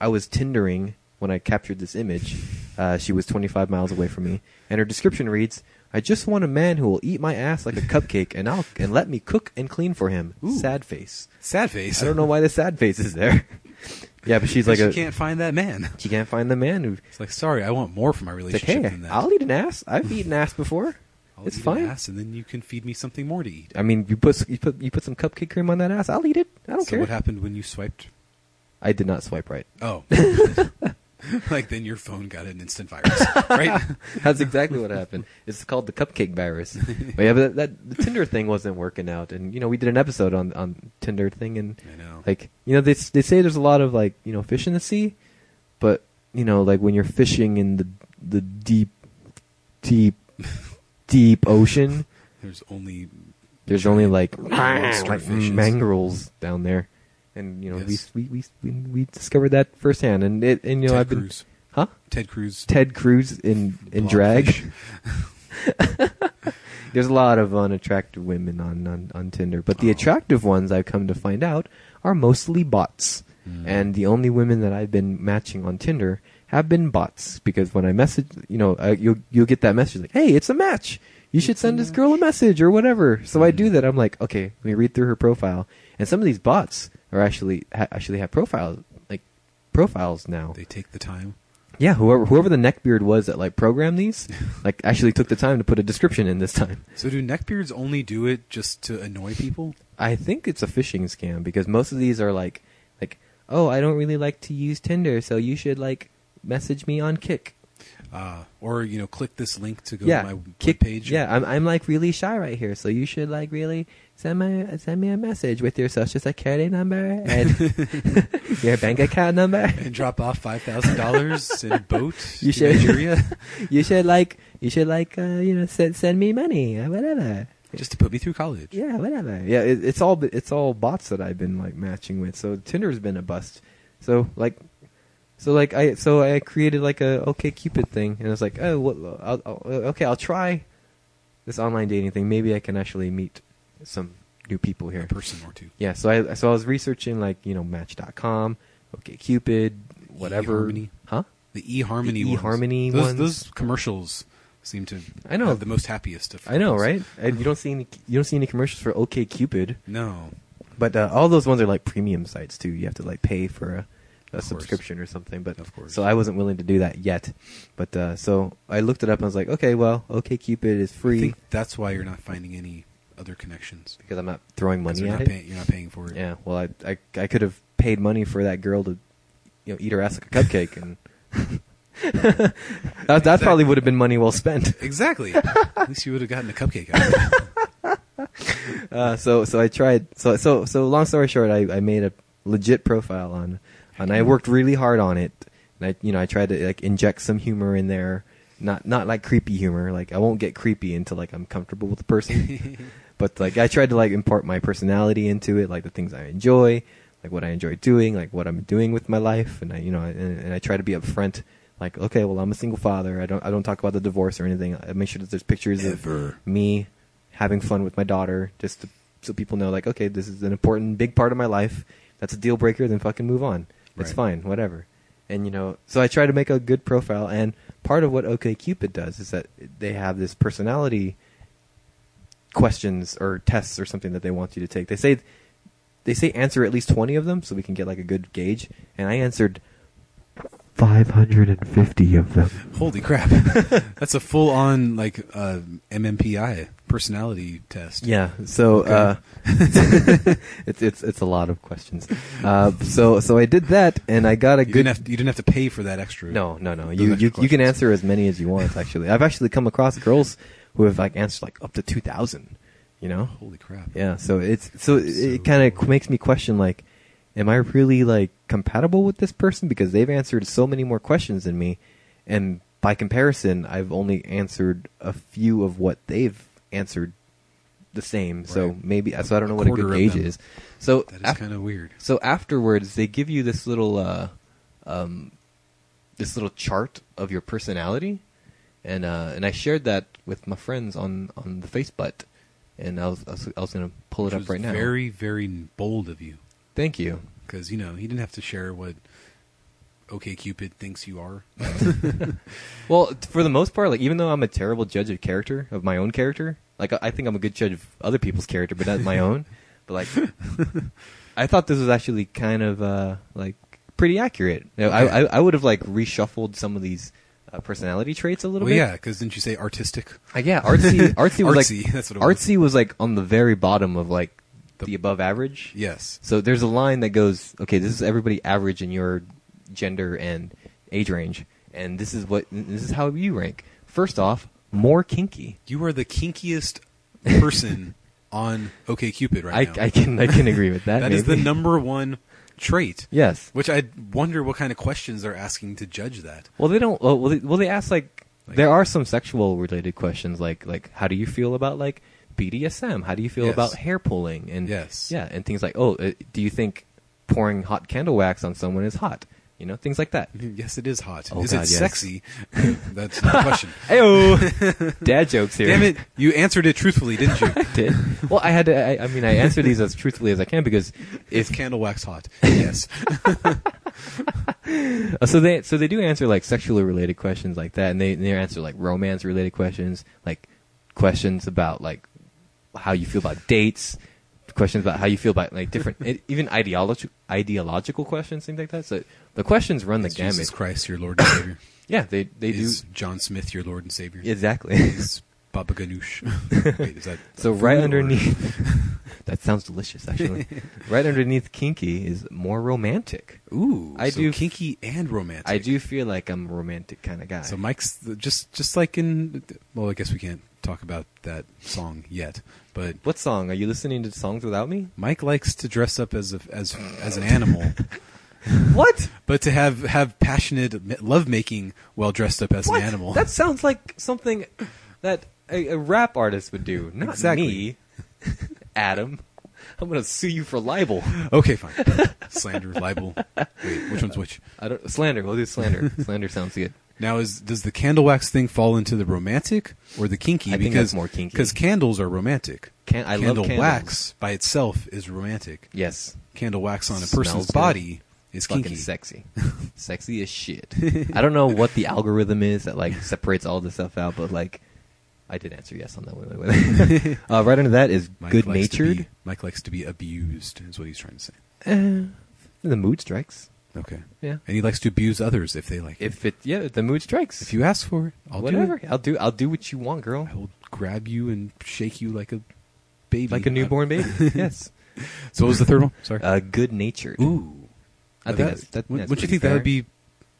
Speaker 2: I was tindering when I captured this image, uh, she was 25 miles away from me, and her description reads: "I just want a man who will eat my ass like a cupcake, and I'll and let me cook and clean for him."
Speaker 1: Ooh.
Speaker 2: Sad face.
Speaker 1: Sad face.
Speaker 2: I don't know why the sad face is there. yeah, but she's like
Speaker 1: she
Speaker 2: a
Speaker 1: can't find that man.
Speaker 2: she can't find the man who.
Speaker 1: It's like, sorry, I want more from my
Speaker 2: It's like,
Speaker 1: relationship
Speaker 2: hey,
Speaker 1: than that.
Speaker 2: I'll eat an ass. I've eaten ass before.
Speaker 1: I'll
Speaker 2: it's
Speaker 1: eat an
Speaker 2: fine.
Speaker 1: ass, and then you can feed me something more to eat.
Speaker 2: I mean, you put you put you put some cupcake cream on that ass. I'll eat it. I don't
Speaker 1: so
Speaker 2: care.
Speaker 1: what happened when you swiped?
Speaker 2: I did not swipe right.
Speaker 1: Oh. like then your phone got an instant virus, right?
Speaker 2: That's exactly what happened. It's called the cupcake virus. But yeah, but that, that the Tinder thing wasn't working out, and you know we did an episode on on Tinder thing, and
Speaker 1: I know.
Speaker 2: like you know they s- they say there's a lot of like you know fish in the sea, but you know like when you're fishing in the the deep, deep, deep ocean,
Speaker 1: There's only
Speaker 2: there's only like
Speaker 1: monster
Speaker 2: like
Speaker 1: fishes.
Speaker 2: mangroves down there, and you know
Speaker 1: Yes.
Speaker 2: we, we we we we discovered that firsthand, and it and you know
Speaker 1: Ted
Speaker 2: I've been
Speaker 1: Cruz.
Speaker 2: huh
Speaker 1: Ted Cruz.
Speaker 2: Ted Cruz in in
Speaker 1: blonde
Speaker 2: drag.
Speaker 1: fish.
Speaker 2: There's a lot of unattractive women on on, on Tinder, but the
Speaker 1: Oh.
Speaker 2: attractive ones I've come to find out are mostly bots.
Speaker 1: Mm.
Speaker 2: And the only women that I've been matching on Tinder have been bots because when I message, you know, uh, you'll you'll get that message like, "Hey, it's a match. You should
Speaker 1: It's a
Speaker 2: send this
Speaker 1: match."
Speaker 2: girl a message or whatever." So I do
Speaker 1: Mm.
Speaker 2: that. I'm like, "Okay, let me read through her profile." And some of these bots are actually ha- actually have profiles like profiles now.
Speaker 1: They take the time.
Speaker 2: Yeah, whoever whoever the neckbeard was that like programmed these, like actually took the time to put a description in this time.
Speaker 1: So do neckbeards only do it just to annoy people?
Speaker 2: I think it's a phishing scam because most of these are like like oh I don't really like to use Tinder, so you should like message me on Kick.
Speaker 1: Uh, or, you know, click this link to go
Speaker 2: yeah,
Speaker 1: to my
Speaker 2: Kick
Speaker 1: page.
Speaker 2: Yeah, I'm I'm like really shy right here, so you should like really send my send me a message with your social security number and your bank account number.
Speaker 1: And drop off $5,000 in a boat to
Speaker 2: You should-
Speaker 1: Nigeria
Speaker 2: You should like you should like uh, you know send send me money or whatever.
Speaker 1: just to put me through college.
Speaker 2: Yeah, whatever. Yeah, it, it's all it's all bots that I've been like matching with. So Tinder's been a bust. So like, so like I so I created like a OK Cupid thing, and I was like, oh, what, I'll, I'll, okay, I'll try this online dating thing. Maybe I can actually meet some new people
Speaker 1: A
Speaker 2: here.
Speaker 1: person or two.
Speaker 2: Yeah. So I so I was researching like you know Match.com, OK Cupid, whatever.
Speaker 1: eHarmony.
Speaker 2: Huh?
Speaker 1: The eHarmony
Speaker 2: The
Speaker 1: ones.
Speaker 2: eHarmony
Speaker 1: those,
Speaker 2: ones.
Speaker 1: Those commercials seem to
Speaker 2: I know.
Speaker 1: have the most happiest of
Speaker 2: I know,
Speaker 1: things.
Speaker 2: right? And you don't see any you don't see any commercials for OK Cupid.
Speaker 1: No.
Speaker 2: But uh, all those ones are like premium sites too. You have to like pay for a, a
Speaker 1: Of course.
Speaker 2: subscription or something. But
Speaker 1: Of course.
Speaker 2: so I wasn't willing to do that yet. But uh, so I looked it up and I was like, okay, well, okay, Cupid is
Speaker 1: I
Speaker 2: free
Speaker 1: think that's why you're not finding any other connections.
Speaker 2: because I'm not throwing
Speaker 1: 'Cause
Speaker 2: money
Speaker 1: You're
Speaker 2: at
Speaker 1: not,
Speaker 2: it.
Speaker 1: paying, you're not paying for it.
Speaker 2: Yeah. Well, I I, I could have paid money for that girl to you know eat her ass like a cupcake and. that, that probably would have been money well spent.
Speaker 1: Exactly. At least you would have gotten a cupcake out of it.
Speaker 2: Uh, so so I tried. So so so long story short, I, I made a legit profile on, and I worked really hard on it. And I you know I tried to like inject some humor in there, not not like creepy humor. Like I won't get creepy until like I'm comfortable with the person. but like I tried to like impart my personality into it, like the things I enjoy, like what I enjoy doing, like what I'm doing with my life, and I you know and, and I try to be upfront. Like okay, well I'm a single father. I don't I don't talk about the divorce or anything. I make sure that there's pictures of
Speaker 1: Ever.
Speaker 2: me having fun with my daughter just to so people know like okay this is an important big part of my life that's a deal breaker then fucking move on it's
Speaker 1: Right.
Speaker 2: fine whatever and you know so i try to make a good profile and part of what okay cupid does is that they have this personality questions or tests or something that they want you to take they say they say answer at least 20 of them so we can get like a good gauge and i answered 550 of them
Speaker 1: Holy crap! That's a full on like uh, MMPI personality test.
Speaker 2: Yeah. So uh, it's it's it's a lot of questions. Uh, so so I did that, and I got
Speaker 1: You
Speaker 2: a good.
Speaker 1: didn't, have to, you didn't have to pay for that extra.
Speaker 2: no, no, no.
Speaker 1: those
Speaker 2: You
Speaker 1: extra
Speaker 2: you, you can
Speaker 1: questions.
Speaker 2: answer as many as you want. Actually, I've actually come across girls who have like answered like up to two thousand. You know.
Speaker 1: Holy crap!
Speaker 2: Yeah. So it's so it,
Speaker 1: So-
Speaker 2: it kind of makes me question like, am I really like compatible with this person because they've answered so many more questions than me, and by comparison, I've only answered a few of what they've answered the same. So
Speaker 1: Right.
Speaker 2: maybe so I don't know
Speaker 1: A
Speaker 2: what a
Speaker 1: quarter
Speaker 2: good
Speaker 1: of
Speaker 2: age
Speaker 1: them.
Speaker 2: is. So
Speaker 1: that is
Speaker 2: af-
Speaker 1: kind of weird.
Speaker 2: so afterwards, they give you this little, uh, um, this little chart of your personality, and uh, and I shared that with my friends on on the Facebook, and I was I was, I was gonna pull
Speaker 1: Which
Speaker 2: it up
Speaker 1: was
Speaker 2: right now.
Speaker 1: Very very bold of you
Speaker 2: Thank you.
Speaker 1: because you know he didn't have to share what OK Cupid thinks you are.
Speaker 2: Well, t- for the most part, like even though I'm a terrible judge of character of my own character, like I- I think I'm a good judge of other people's character, but not my own. But like, I thought this was actually kind of uh, like pretty accurate. You know, I, I I would have like reshuffled some of these uh, personality traits a little
Speaker 1: well,
Speaker 2: bit.
Speaker 1: yeah, because didn't you say artistic?
Speaker 2: Uh, yeah, artsy. Artsy was
Speaker 1: Artsy,
Speaker 2: like
Speaker 1: that's what it was.
Speaker 2: artsy was like on the very bottom of like the,
Speaker 1: The-
Speaker 2: above average.
Speaker 1: Yes.
Speaker 2: So there's a line that goes, okay, this is everybody average in your gender and age range, and this is what this is how you rank. First off, more kinky.
Speaker 1: You are the kinkiest person on OK Cupid right now.
Speaker 2: I, I can I can agree with that.
Speaker 1: that is the
Speaker 2: maybe.
Speaker 1: number one trait.
Speaker 2: Yes.
Speaker 1: Which I wonder what kind of questions they're asking to judge that.
Speaker 2: Well, they don't. Well, they, well, they ask like,
Speaker 1: Like-
Speaker 2: there are some sexual related questions like like how do you feel about like BDSM? How do you feel
Speaker 1: Yes.
Speaker 2: about hair pulling and
Speaker 1: Yes.
Speaker 2: yeah and things like oh uh, do you think pouring hot candle wax on someone is hot? You know things like that.
Speaker 1: Yes, it is hot.
Speaker 2: Oh,
Speaker 1: is
Speaker 2: God,
Speaker 1: it
Speaker 2: yes.
Speaker 1: sexy? That's the question.
Speaker 2: Ayo, dad jokes here.
Speaker 1: Damn it! You answered it truthfully, didn't you?
Speaker 2: I did. Well, I had to. I, I mean, I answer these as truthfully as I can because
Speaker 1: Is candle wax hot? Yes.
Speaker 2: Uh, so they so they do answer like sexually related questions like that, and they and they answer like romance related questions, like questions about like how you feel about dates, questions about how you feel about like different e- even ideology ideological questions, things like that. So the questions run the
Speaker 1: Is Jesus
Speaker 2: gamut.
Speaker 1: Christ, your Lord and Savior.
Speaker 2: Yeah, they they
Speaker 1: is
Speaker 2: do
Speaker 1: John Smith your Lord and Savior?
Speaker 2: exactly.
Speaker 1: Is Baba Ganoush? Wait, is that
Speaker 2: So
Speaker 1: food
Speaker 2: right
Speaker 1: or-
Speaker 2: underneath. That sounds delicious, actually. right underneath kinky is more romantic.
Speaker 1: Ooh,
Speaker 2: I
Speaker 1: so
Speaker 2: do-
Speaker 1: kinky and romantic.
Speaker 2: I do feel like I'm a romantic kind of guy.
Speaker 1: So Mike's the- just just like in. Well, I guess we can't talk about that song yet, but
Speaker 2: what song are you listening to? Songs without me?
Speaker 1: Mike likes to dress up as a, as as an animal,
Speaker 2: What?
Speaker 1: but to have have passionate love making while dressed up as
Speaker 2: What?
Speaker 1: an animal.
Speaker 2: That sounds like something that a, a rap artist would do, not
Speaker 1: Exactly.
Speaker 2: me. Adam, I'm gonna sue you for libel.
Speaker 1: okay, fine. Slander, libel. Wait, which one's which?
Speaker 2: I don't slander. We'll do slander. slander sounds good.
Speaker 1: Now, is does the candle wax thing fall into the romantic or the kinky?
Speaker 2: I
Speaker 1: because
Speaker 2: think that's more kinky.
Speaker 1: Because candles are romantic.
Speaker 2: Can- I love
Speaker 1: candle
Speaker 2: candles.
Speaker 1: wax by itself is romantic.
Speaker 2: Yes,
Speaker 1: Candle wax on a
Speaker 2: Smells
Speaker 1: person's
Speaker 2: good.
Speaker 1: body is
Speaker 2: fucking
Speaker 1: kinky.
Speaker 2: sexy, sexy as shit. I don't know what the algorithm is that like separates all this stuff out, but like, I did answer yes on that one. uh, right under that is
Speaker 1: Mike
Speaker 2: good
Speaker 1: likes to
Speaker 2: natured.
Speaker 1: be- Mike likes to be abused, is what he's trying to say.
Speaker 2: Uh, the mood strikes.
Speaker 1: Okay.
Speaker 2: Yeah.
Speaker 1: And he likes to abuse others if they like it.
Speaker 2: If it yeah, the mood strikes.
Speaker 1: If you ask for it, I'll
Speaker 2: Whatever.
Speaker 1: do
Speaker 2: I'll do I'll do what you want, girl.
Speaker 1: it. I will grab you and shake you like a baby. Uh,
Speaker 2: Like a newborn baby. yes.
Speaker 1: So what was the third one? Sorry.
Speaker 2: Uh, good natured.
Speaker 1: Ooh.
Speaker 2: I
Speaker 1: Now
Speaker 2: think that's- that-
Speaker 1: wouldn't-
Speaker 2: that's
Speaker 1: Wouldn't you
Speaker 2: pretty
Speaker 1: think that would
Speaker 2: fair.
Speaker 1: be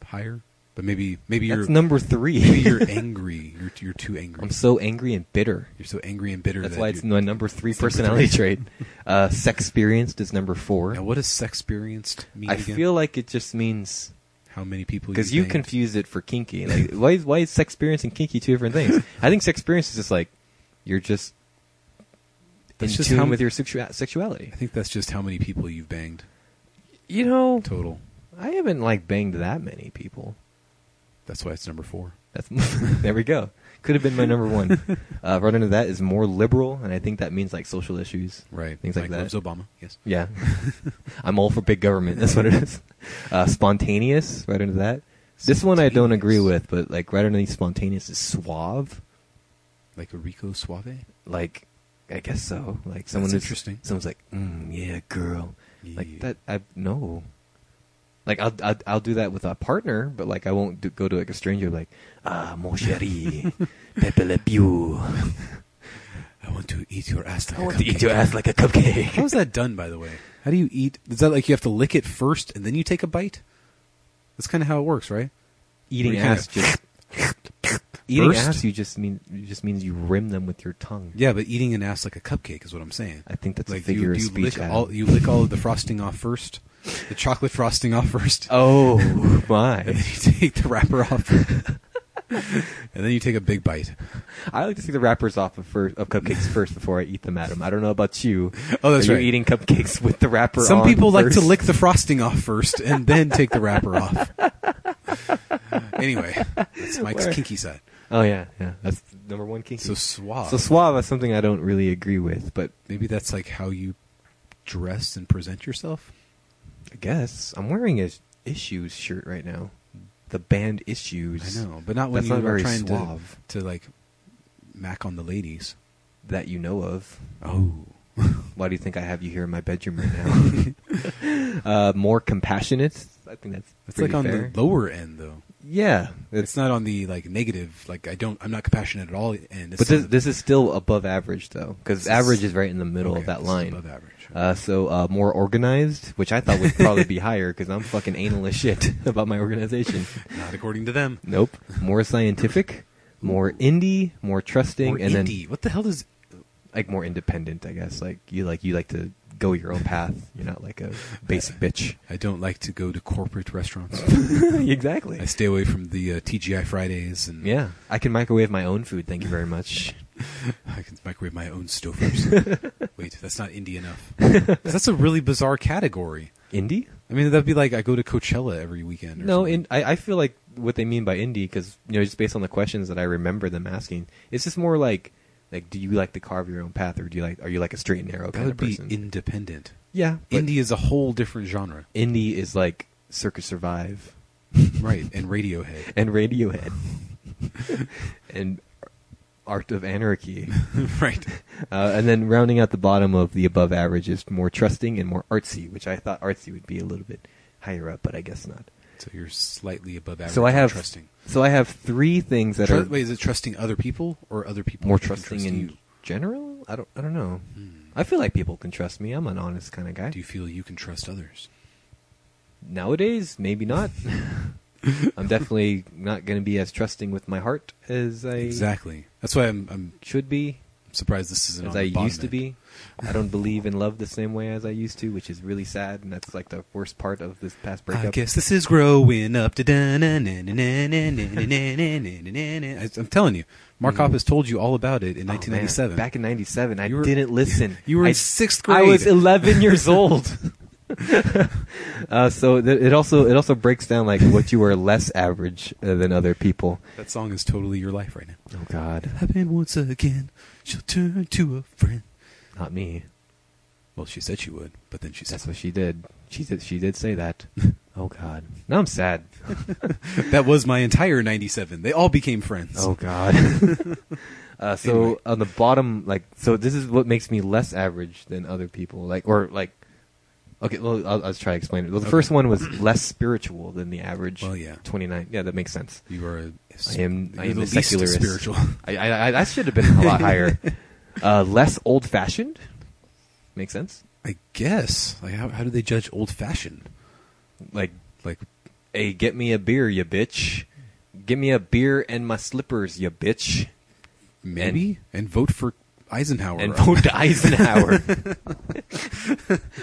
Speaker 1: higher? But maybe maybe you're
Speaker 2: That's number three.
Speaker 1: maybe you're angry. You're you're too angry.
Speaker 2: I'm so angry and bitter.
Speaker 1: you're so angry and bitter.
Speaker 2: That's
Speaker 1: that
Speaker 2: why it's
Speaker 1: you-
Speaker 2: my number three
Speaker 1: it's number
Speaker 2: personality
Speaker 1: three.
Speaker 2: trait. Uh, sex experienced is number four.
Speaker 1: Now, what does sex experienced mean?
Speaker 2: I
Speaker 1: again?
Speaker 2: feel like it just means
Speaker 1: how many people
Speaker 2: because you
Speaker 1: banged?
Speaker 2: confuse it for kinky. Like why is why is sex experience and kinky two different things? I think sex experience is just like you're just in
Speaker 1: That's just
Speaker 2: tune
Speaker 1: how-
Speaker 2: with your sexua- sexuality.
Speaker 1: I think that's just how many people you've banged
Speaker 2: You know,
Speaker 1: total.
Speaker 2: I haven't like banged that many people.
Speaker 1: That's why it's number four.
Speaker 2: That's there we go. Could have been my number one. Uh, right under that is more liberal, and I think that means like social issues.
Speaker 1: Right.
Speaker 2: Things like
Speaker 1: Mike loves
Speaker 2: that.
Speaker 1: Obama. Yes.
Speaker 2: Yeah, I'm all for big government. That's what it is. Uh, spontaneous, right under that. This one I don't agree
Speaker 1: Spontaneous.
Speaker 2: with, but like right underneath spontaneous is suave.
Speaker 1: Like a Rico Suave.
Speaker 2: Like, I guess so. Like someone
Speaker 1: That's
Speaker 2: who's-
Speaker 1: interesting.
Speaker 2: Someone's like, mm, yeah, girl.
Speaker 1: Yeah.
Speaker 2: Like that. I no. Like I'll, I'll I'll do that with a partner, but like I won't do, go to like a stranger. Like ah, mon chéri, Pepe Le Pew.
Speaker 1: I want to eat your ass like
Speaker 2: I
Speaker 1: a
Speaker 2: want to eat
Speaker 1: cupcake.
Speaker 2: your ass like a cupcake.
Speaker 1: How is that done, by the way? How do you eat? Is that like you have to lick it first and then you take a bite? That's kind of how it works, right?
Speaker 2: eating
Speaker 1: Where you kinda
Speaker 2: ass just eating
Speaker 1: First?
Speaker 2: ass you just mean you just means you rim them with your tongue.
Speaker 1: Yeah, but eating an ass like a cupcake is what I'm saying.
Speaker 2: I think that's a
Speaker 1: like
Speaker 2: figure
Speaker 1: you,
Speaker 2: of
Speaker 1: you
Speaker 2: speech.
Speaker 1: lick
Speaker 2: Adam.
Speaker 1: all you lick all of the frosting off first, the chocolate frosting off first,
Speaker 2: oh
Speaker 1: and
Speaker 2: my!
Speaker 1: then you take the wrapper off, and then you take a big bite.
Speaker 2: I like to see the wrappers off of, first, of cupcakes first before I eat them, Adam. I don't know about you.
Speaker 1: Oh, that's
Speaker 2: Are you
Speaker 1: right.
Speaker 2: eating cupcakes with the wrapper.
Speaker 1: Some
Speaker 2: on
Speaker 1: people like to
Speaker 2: first?
Speaker 1: lick the frosting off first and then take the wrapper off. anyway, that's Mike's
Speaker 2: Where-
Speaker 1: kinky side.
Speaker 2: Oh yeah, yeah. That's number one kinky.
Speaker 1: So suave.
Speaker 2: So suave is something I don't really agree with, but
Speaker 1: Maybe that's like how you dress and present yourself.
Speaker 2: I guess I'm wearing a issues shirt right now. The band issues.
Speaker 1: I know, but not when
Speaker 2: That's
Speaker 1: you
Speaker 2: not
Speaker 1: are
Speaker 2: very
Speaker 1: trying to,
Speaker 2: suave.
Speaker 1: to like mac on the ladies.
Speaker 2: that you know of.
Speaker 1: Oh,
Speaker 2: Why do you think I have you here in my bedroom right now? uh, more compassionate. I think that's
Speaker 1: that's
Speaker 2: pretty
Speaker 1: like on
Speaker 2: fair.
Speaker 1: the lower end though.
Speaker 2: yeah.
Speaker 1: It's,
Speaker 2: It's,
Speaker 1: not on the like negative. Like I don't. I'm not compassionate at all. And it's
Speaker 2: but this
Speaker 1: on the-
Speaker 2: this is still above average though, because
Speaker 1: This
Speaker 2: average
Speaker 1: is-
Speaker 2: is right in the middle
Speaker 1: okay,
Speaker 2: of that
Speaker 1: this is
Speaker 2: line.
Speaker 1: above average.
Speaker 2: Uh, so uh, more organized, which I thought would probably be higher, because I'm fucking anal as shit about my organization.
Speaker 1: not according to them.
Speaker 2: Nope. More scientific, more indie, more trusting,
Speaker 1: Or
Speaker 2: and
Speaker 1: indie. what the hell does?
Speaker 2: then like more independent. I guess like you like you like to go your own path. You're not like a basic bitch.
Speaker 1: I don't like to go to corporate restaurants.
Speaker 2: exactly.
Speaker 1: I stay away from the uh, TGI Fridays and
Speaker 2: Yeah, I can microwave my own food. Thank you very much.
Speaker 1: I can microwave my own stovers. Wait, that's not indie enough. 'Cause That's a really bizarre category.
Speaker 2: Indie?
Speaker 1: I mean, that'd be like I go to Coachella every weekend. Or
Speaker 2: No,
Speaker 1: something.
Speaker 2: in, I, I feel like what they mean by indie, because you know, just based on the questions that I remember them asking, it's just more like, like, do you like to carve your own path, or do you like, are you like a straight and narrow
Speaker 1: that
Speaker 2: kind
Speaker 1: would
Speaker 2: of
Speaker 1: be
Speaker 2: person?
Speaker 1: independent.
Speaker 2: yeah, but
Speaker 1: indie is a whole different genre,
Speaker 2: indie is like Circus Survive
Speaker 1: right? And Radiohead,
Speaker 2: and Radiohead and Art of Anarchy,
Speaker 1: right?
Speaker 2: uh, and then rounding out the bottom of the above average is more trusting and more artsy, which I thought artsy would be a little bit higher up, but I guess not.
Speaker 1: So you're slightly above average.
Speaker 2: so I
Speaker 1: on
Speaker 2: have
Speaker 1: trusting.
Speaker 2: So I have three things that
Speaker 1: Tru-
Speaker 2: are
Speaker 1: wait, is it trusting other people or other people
Speaker 2: more
Speaker 1: that can
Speaker 2: trusting
Speaker 1: trust
Speaker 2: in
Speaker 1: you?
Speaker 2: general. I don't. I don't know.
Speaker 1: Hmm.
Speaker 2: I feel like people can trust me. I'm an honest kind of guy.
Speaker 1: Do you feel you can trust others?
Speaker 2: Nowadays, maybe not. I'm definitely not going to be as trusting with my heart as I
Speaker 1: Exactly. That's why I'm, I'm
Speaker 2: should be,
Speaker 1: surprised this isn't
Speaker 2: as
Speaker 1: on
Speaker 2: I
Speaker 1: the bottom
Speaker 2: used to
Speaker 1: end.
Speaker 2: be. I don't believe in love the same way as I used to, which is really sad, and that's like the worst part of this past breakup.
Speaker 1: I guess this is growing up. Da-da-na-na-na-na-na-na-na-na-na-na-na. I- I'm telling you, Markov has told you all about it in
Speaker 2: Oh, man.
Speaker 1: 1997.
Speaker 2: Back in '97, I
Speaker 1: You were-
Speaker 2: didn't listen.
Speaker 1: you were in
Speaker 2: I-
Speaker 1: sixth
Speaker 2: I was
Speaker 1: grade.
Speaker 2: 11 years old. uh, so th- it also it also breaks down like what you are less average uh, than other people.
Speaker 1: that song is totally your life right now.
Speaker 2: Oh God,
Speaker 1: Happened once again, she'll turn to a friend.
Speaker 2: not me.
Speaker 1: Well, she said she would, but then she said
Speaker 2: That's what she did. She did. She did say that. Oh God. Now I'm sad.
Speaker 1: that was my entire '97. They all became friends.
Speaker 2: Oh God. uh, so
Speaker 1: Anyway.
Speaker 2: on the bottom, like, so this is what makes me less average than other people, like, or like. Okay, well, I'll, I'll try to explain it. Well, the
Speaker 1: Okay.
Speaker 2: first one was less spiritual than the average.
Speaker 1: Well, yeah.
Speaker 2: twenty-nine. Yeah, that makes sense.
Speaker 1: You are. A,
Speaker 2: I am.
Speaker 1: You're
Speaker 2: I am
Speaker 1: the
Speaker 2: a
Speaker 1: least
Speaker 2: secularist.
Speaker 1: spiritual.
Speaker 2: I, I, I, I should have been a lot higher. Uh, less old-fashioned. Makes sense.
Speaker 1: I guess. Like, how, how do they judge old-fashioned?
Speaker 2: Like,
Speaker 1: Like,
Speaker 2: hey, get me a beer, you bitch. Get me a beer and my slippers, you bitch.
Speaker 1: maybe and, vote for Eisenhower.
Speaker 2: And vote to Eisenhower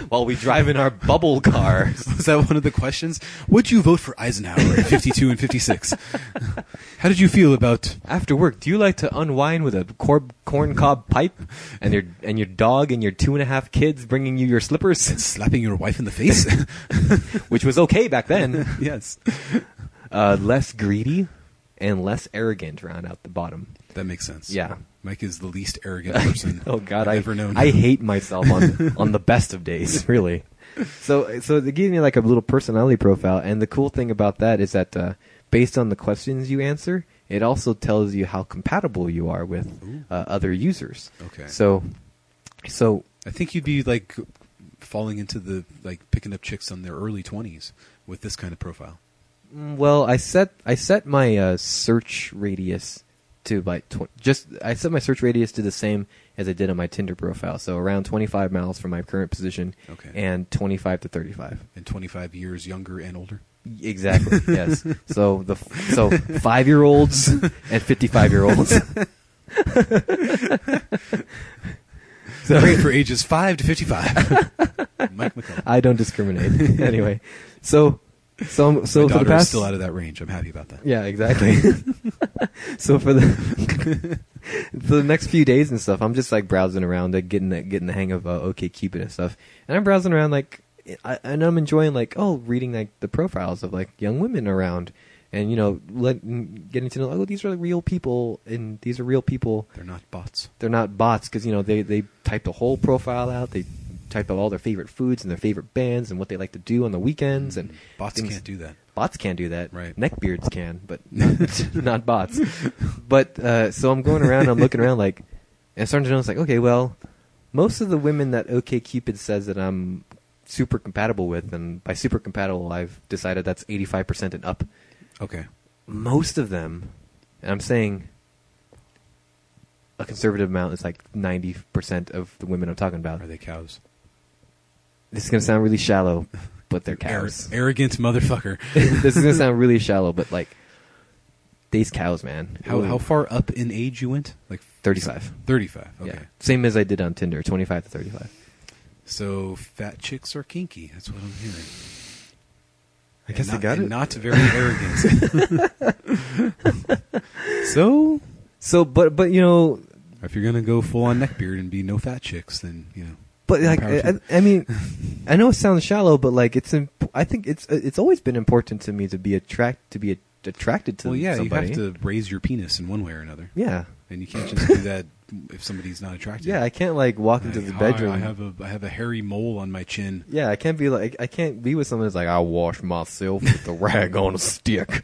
Speaker 2: while we drive in our bubble cars.
Speaker 1: Was that one of the questions? Would you vote for Eisenhower at 52 and 56? How did you feel about?
Speaker 2: After work, do you like to unwind with a cor- corn cob pipe and your and your dog and your two and a half kids bringing you your slippers,
Speaker 1: Slapping your wife in the face?
Speaker 2: which was okay back then.
Speaker 1: yes.
Speaker 2: uh, less greedy and less arrogant round out the bottom.
Speaker 1: That makes sense.
Speaker 2: Yeah.
Speaker 1: Mike is the least arrogant person.
Speaker 2: oh God,
Speaker 1: I've
Speaker 2: I
Speaker 1: ever known.
Speaker 2: I hate myself on on the best of days, really. So so they gave me like a little personality profile, and the cool thing about that is that uh, based on the questions you answer, it also tells you how compatible you are with
Speaker 1: Ooh.
Speaker 2: uh, other users.
Speaker 1: Okay.
Speaker 2: So so
Speaker 1: I think you'd be like falling into the like picking up chicks on their early twenties with this kind of profile.
Speaker 2: Mm, Well, I set I set my uh, search radius to like tw- just I set my search radius to the same as I did on my Tinder profile, so around 25 miles from my current position,
Speaker 1: Okay.
Speaker 2: and 25 to 35.
Speaker 1: And twenty five years younger and older.
Speaker 2: Exactly. yes. So the f- so five year olds and 55 year olds.
Speaker 1: Great for ages five to fifty five. Mike McCullough.
Speaker 2: I don't discriminate. anyway, so so so
Speaker 1: My
Speaker 2: for
Speaker 1: daughter
Speaker 2: the past
Speaker 1: is still out of that range. I'm happy about that.
Speaker 2: Yeah, exactly. so for the for the next few days and stuff, I'm just like browsing around, like getting the, getting the hang of uh, OKCupid and stuff. And I'm browsing around like, I, and I'm enjoying like oh, reading like the profiles of like young women around, and you know, let, getting to know oh these are like, real people, and these are real people
Speaker 1: They're not bots.
Speaker 2: they're not bots because you know they they type the whole profile out. They type out all their favorite foods and their favorite bands and what they like to do on the weekends. And
Speaker 1: Mm-hmm. Bots
Speaker 2: things-
Speaker 1: can't do that.
Speaker 2: Bots can't do that.
Speaker 1: Right.
Speaker 2: Neckbeards can, but not, not bots. But uh, so I'm going around. I'm looking around like, and starting to notice like, okay, well, most of the women that OKCupid says that I'm super compatible with, and by super compatible, I've decided that's 85% and up
Speaker 1: Okay.
Speaker 2: most of them, and I'm saying a conservative amount is like 90% of the women I'm talking about.
Speaker 1: Are they cows?
Speaker 2: This is going to sound really shallow, but they're cows.
Speaker 1: Arro- arrogant motherfucker.
Speaker 2: this is going to sound really shallow, but like, these cows, man.
Speaker 1: How
Speaker 2: Ooh.
Speaker 1: how far up in age you went? Like
Speaker 2: 35.
Speaker 1: thirty five. Okay.
Speaker 2: Yeah. Same as I did on Tinder, 25 to 35.
Speaker 1: So fat chicks are kinky. That's what I'm hearing.
Speaker 2: I guess
Speaker 1: and
Speaker 2: I
Speaker 1: not,
Speaker 2: got
Speaker 1: and
Speaker 2: it.
Speaker 1: Not very arrogant. so,
Speaker 2: So, but, but, you know,
Speaker 1: if you're gonna go full on neckbeard and be no fat chicks, then you know.
Speaker 2: But like,
Speaker 1: Power
Speaker 2: I,
Speaker 1: to-
Speaker 2: I I mean, I know it sounds shallow, but like, it's. Imp- I think it's uh, it's always been important to me to be attract to be a- attracted to.
Speaker 1: well, yeah,
Speaker 2: somebody.
Speaker 1: you have to raise your penis in one way or another,
Speaker 2: Yeah,
Speaker 1: and you can't just do that if somebody's not attracted.
Speaker 2: yeah. I can't like walk
Speaker 1: Like,
Speaker 2: into the
Speaker 1: "Hi,
Speaker 2: bedroom.
Speaker 1: I have a I have a hairy mole on my chin.
Speaker 2: yeah, I can't be like I can't be with someone that's like I wash myself with a rag on a stick.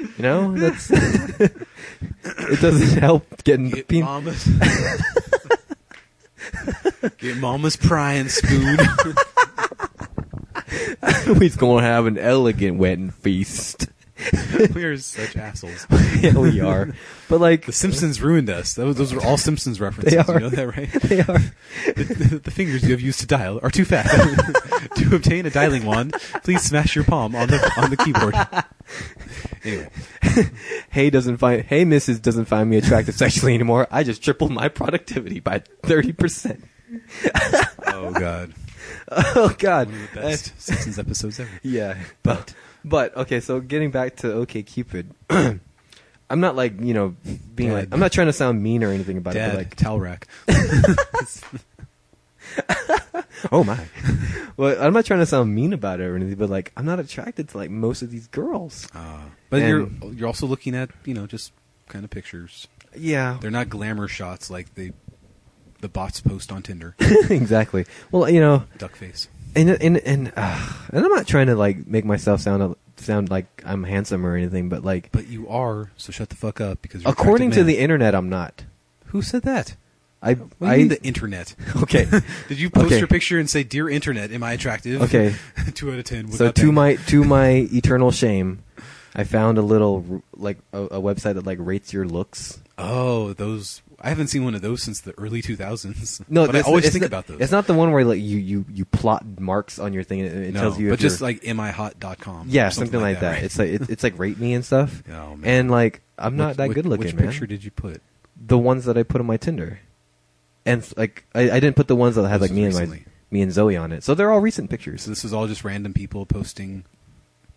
Speaker 2: You know, that's it doesn't help getting the
Speaker 1: Get
Speaker 2: penis.
Speaker 1: mama's get mama's prying spoon.
Speaker 2: He's gonna have an elegant wedding feast.
Speaker 1: we are such assholes.
Speaker 2: yeah, we are. But like,
Speaker 1: The Simpsons ruined us. Those, those were all Simpsons references.
Speaker 2: They are.
Speaker 1: You know that, right?
Speaker 2: they are.
Speaker 1: the, the fingers you have used to dial are too fat. to obtain a dialing wand, please smash your palm on the on the keyboard. Anyway,
Speaker 2: hey doesn't find hey mrs doesn't find me attractive sexually anymore i just tripled my productivity by 30%
Speaker 1: oh god,
Speaker 2: oh god
Speaker 1: one of the
Speaker 2: Uh,
Speaker 1: best Simpsons episodes ever.
Speaker 2: yeah but but okay so getting back to okay cupid i'm not like you know being
Speaker 1: Dad.
Speaker 2: like i'm not trying to sound mean or anything about
Speaker 1: Dad,
Speaker 2: it but
Speaker 1: towel rack.
Speaker 2: like oh my well i'm not trying to sound mean about it or anything but like i'm not attracted to like most of these girls
Speaker 1: Uh, but
Speaker 2: And-
Speaker 1: you're you're also looking at you know just kind of pictures.
Speaker 2: yeah
Speaker 1: They're not glamour shots like they the bots post on Tinder.
Speaker 2: exactly well you know
Speaker 1: Duck face.
Speaker 2: and and and, uh, and i'm not trying to like make myself sound sound like i'm handsome or anything but like
Speaker 1: But you are, so shut the fuck up because you're an
Speaker 2: According to
Speaker 1: attractive
Speaker 2: the
Speaker 1: man.
Speaker 2: internet, I'm not.
Speaker 1: who said that?
Speaker 2: I,
Speaker 1: What do
Speaker 2: I
Speaker 1: you mean the internet?
Speaker 2: okay,
Speaker 1: Did you post
Speaker 2: Okay.
Speaker 1: your picture and say, "Dear Internet, am I attractive?"
Speaker 2: Okay.
Speaker 1: two out of ten.
Speaker 2: so
Speaker 1: without
Speaker 2: to
Speaker 1: that.
Speaker 2: my to my eternal shame, I found a little r- like a, a website that like rates your looks.
Speaker 1: oh, those I haven't seen one of those since the early two thousands.
Speaker 2: No,
Speaker 1: but I
Speaker 2: that's-
Speaker 1: always
Speaker 2: it's
Speaker 1: think
Speaker 2: not-
Speaker 1: about those.
Speaker 2: It's not the one where like you you you plot marks on your thing and it it
Speaker 1: no,
Speaker 2: tells you.
Speaker 1: but
Speaker 2: if
Speaker 1: just
Speaker 2: you're-
Speaker 1: like amihot.com.
Speaker 2: yeah,
Speaker 1: or
Speaker 2: something, like, that.
Speaker 1: right?
Speaker 2: It's like it, it's like rate me and stuff.
Speaker 1: Oh, man.
Speaker 2: And like I'm not
Speaker 1: Which-
Speaker 2: that
Speaker 1: which-
Speaker 2: good looking,
Speaker 1: Which
Speaker 2: man.
Speaker 1: picture did you put?
Speaker 2: the ones that I put on my Tinder, and like I, I didn't put the ones that had
Speaker 1: This
Speaker 2: like me
Speaker 1: was
Speaker 2: and my
Speaker 1: recently.
Speaker 2: me and Zoe on it. So they're all recent pictures.
Speaker 1: So this was all just random people posting.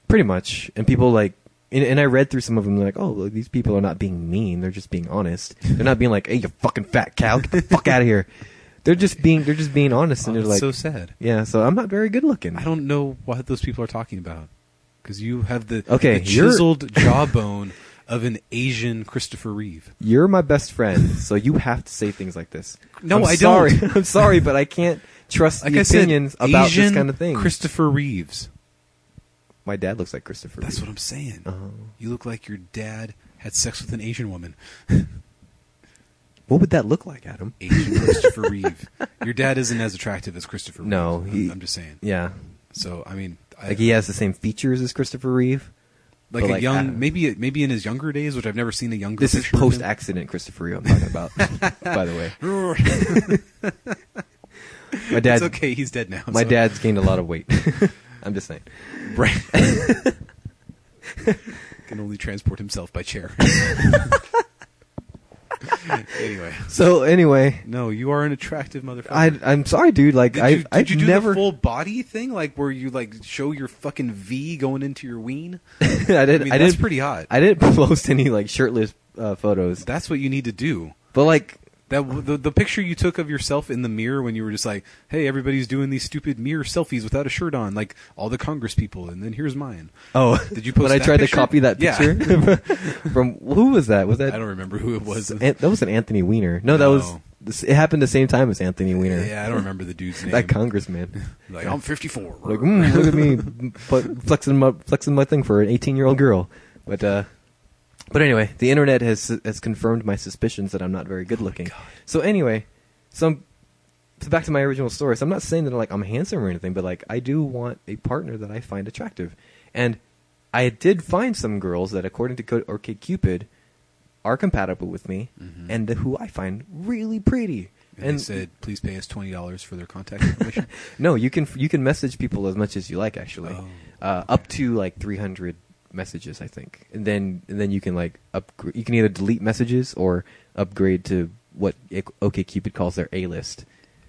Speaker 2: pretty much and people like and, and i read through some of them like oh look, these people are not being mean they're just being honest they're not being like hey you fucking fat cow get the fuck out of here they're just being they're just being honest
Speaker 1: Oh,
Speaker 2: and they're
Speaker 1: that's so
Speaker 2: like
Speaker 1: sad.
Speaker 2: yeah so i'm not very good looking
Speaker 1: I don't know what those people are talking about because you have the
Speaker 2: Okay,
Speaker 1: the
Speaker 2: you're-
Speaker 1: chiseled jawbone of an Asian Christopher Reeve.
Speaker 2: You're my best friend, so you have to say things like this.
Speaker 1: No,
Speaker 2: I'm
Speaker 1: I
Speaker 2: sorry.
Speaker 1: don't.
Speaker 2: I'm sorry, but I can't trust
Speaker 1: Like
Speaker 2: the
Speaker 1: I said,
Speaker 2: opinions about
Speaker 1: Asian
Speaker 2: this kind of thing.
Speaker 1: Christopher Reeves.
Speaker 2: my dad looks like Christopher.
Speaker 1: That's
Speaker 2: Reeve.
Speaker 1: what I'm saying.
Speaker 2: Oh.
Speaker 1: You look like your dad had sex with an Asian woman.
Speaker 2: What would that look like, Adam?
Speaker 1: Asian Christopher Reeve. Your dad isn't as attractive as Christopher.
Speaker 2: No,
Speaker 1: Reeve.
Speaker 2: he-
Speaker 1: I'm, I'm just saying.
Speaker 2: Yeah,
Speaker 1: So I mean, I,
Speaker 2: like he has the same features as Christopher Reeve.
Speaker 1: like
Speaker 2: but
Speaker 1: a
Speaker 2: like,
Speaker 1: young,
Speaker 2: I don't-
Speaker 1: maybe maybe in his younger days, which I've never seen a younger.
Speaker 2: This is
Speaker 1: picture of
Speaker 2: post
Speaker 1: him.
Speaker 2: accident Christopher Reeve. I'm talking about. by the way, my dad.
Speaker 1: it's okay. He's dead now.
Speaker 2: My
Speaker 1: so-
Speaker 2: dad's gained a lot of weight. I'm just saying.
Speaker 1: Right. can only transport himself by chair. anyway,
Speaker 2: So anyway,
Speaker 1: no, you are an attractive motherfucker.
Speaker 2: I I'm sorry, dude. Like
Speaker 1: did
Speaker 2: I
Speaker 1: you, did
Speaker 2: I've
Speaker 1: you do
Speaker 2: never
Speaker 1: the full body thing, like where you like show your fucking V going into your ween?
Speaker 2: I did
Speaker 1: I
Speaker 2: I,
Speaker 1: mean, that's
Speaker 2: didn't
Speaker 1: pretty hot.
Speaker 2: I didn't post any like shirtless uh, photos.
Speaker 1: that's what you need to do.
Speaker 2: But like
Speaker 1: That w- the, the picture you took of yourself in the mirror when you were just like, "Hey, everybody's doing these stupid mirror selfies without a shirt on, like all the Congress people," and then here's mine.
Speaker 2: oh,
Speaker 1: Did you post
Speaker 2: when I
Speaker 1: that
Speaker 2: tried to
Speaker 1: picture?
Speaker 2: copy that
Speaker 1: Yeah.
Speaker 2: picture from who was that? Was that
Speaker 1: I don't remember who it was.
Speaker 2: An- that was an Anthony Weiner? No, that was
Speaker 1: No.
Speaker 2: this, it happened the same time as Anthony Weiner.
Speaker 1: Yeah, I don't remember the dude's name.
Speaker 2: That congressman.
Speaker 1: like I'm 54.
Speaker 2: like, mm, look at me but flexing my flexing my thing for an 18 year old girl. But uh, but anyway, the internet has has confirmed my suspicions that I'm not very good looking.
Speaker 1: Oh God.
Speaker 2: so anyway, so I'm, so back to my original story. So I'm not saying that like I'm handsome or anything, but like I do want a partner that I find attractive, and I did find some girls that, according to Co- Orchid Cupid, are compatible with me, and who I find really pretty.
Speaker 1: Mm-hmm. And, they said, "Please pay us twenty dollars for their contact information."
Speaker 2: No, you can you can message people as much as you like actually,
Speaker 1: Oh.
Speaker 2: uh, up to like 300 messages I think, and then and then you can like upgrade. You can either delete messages or upgrade to what OKCupid calls their A list,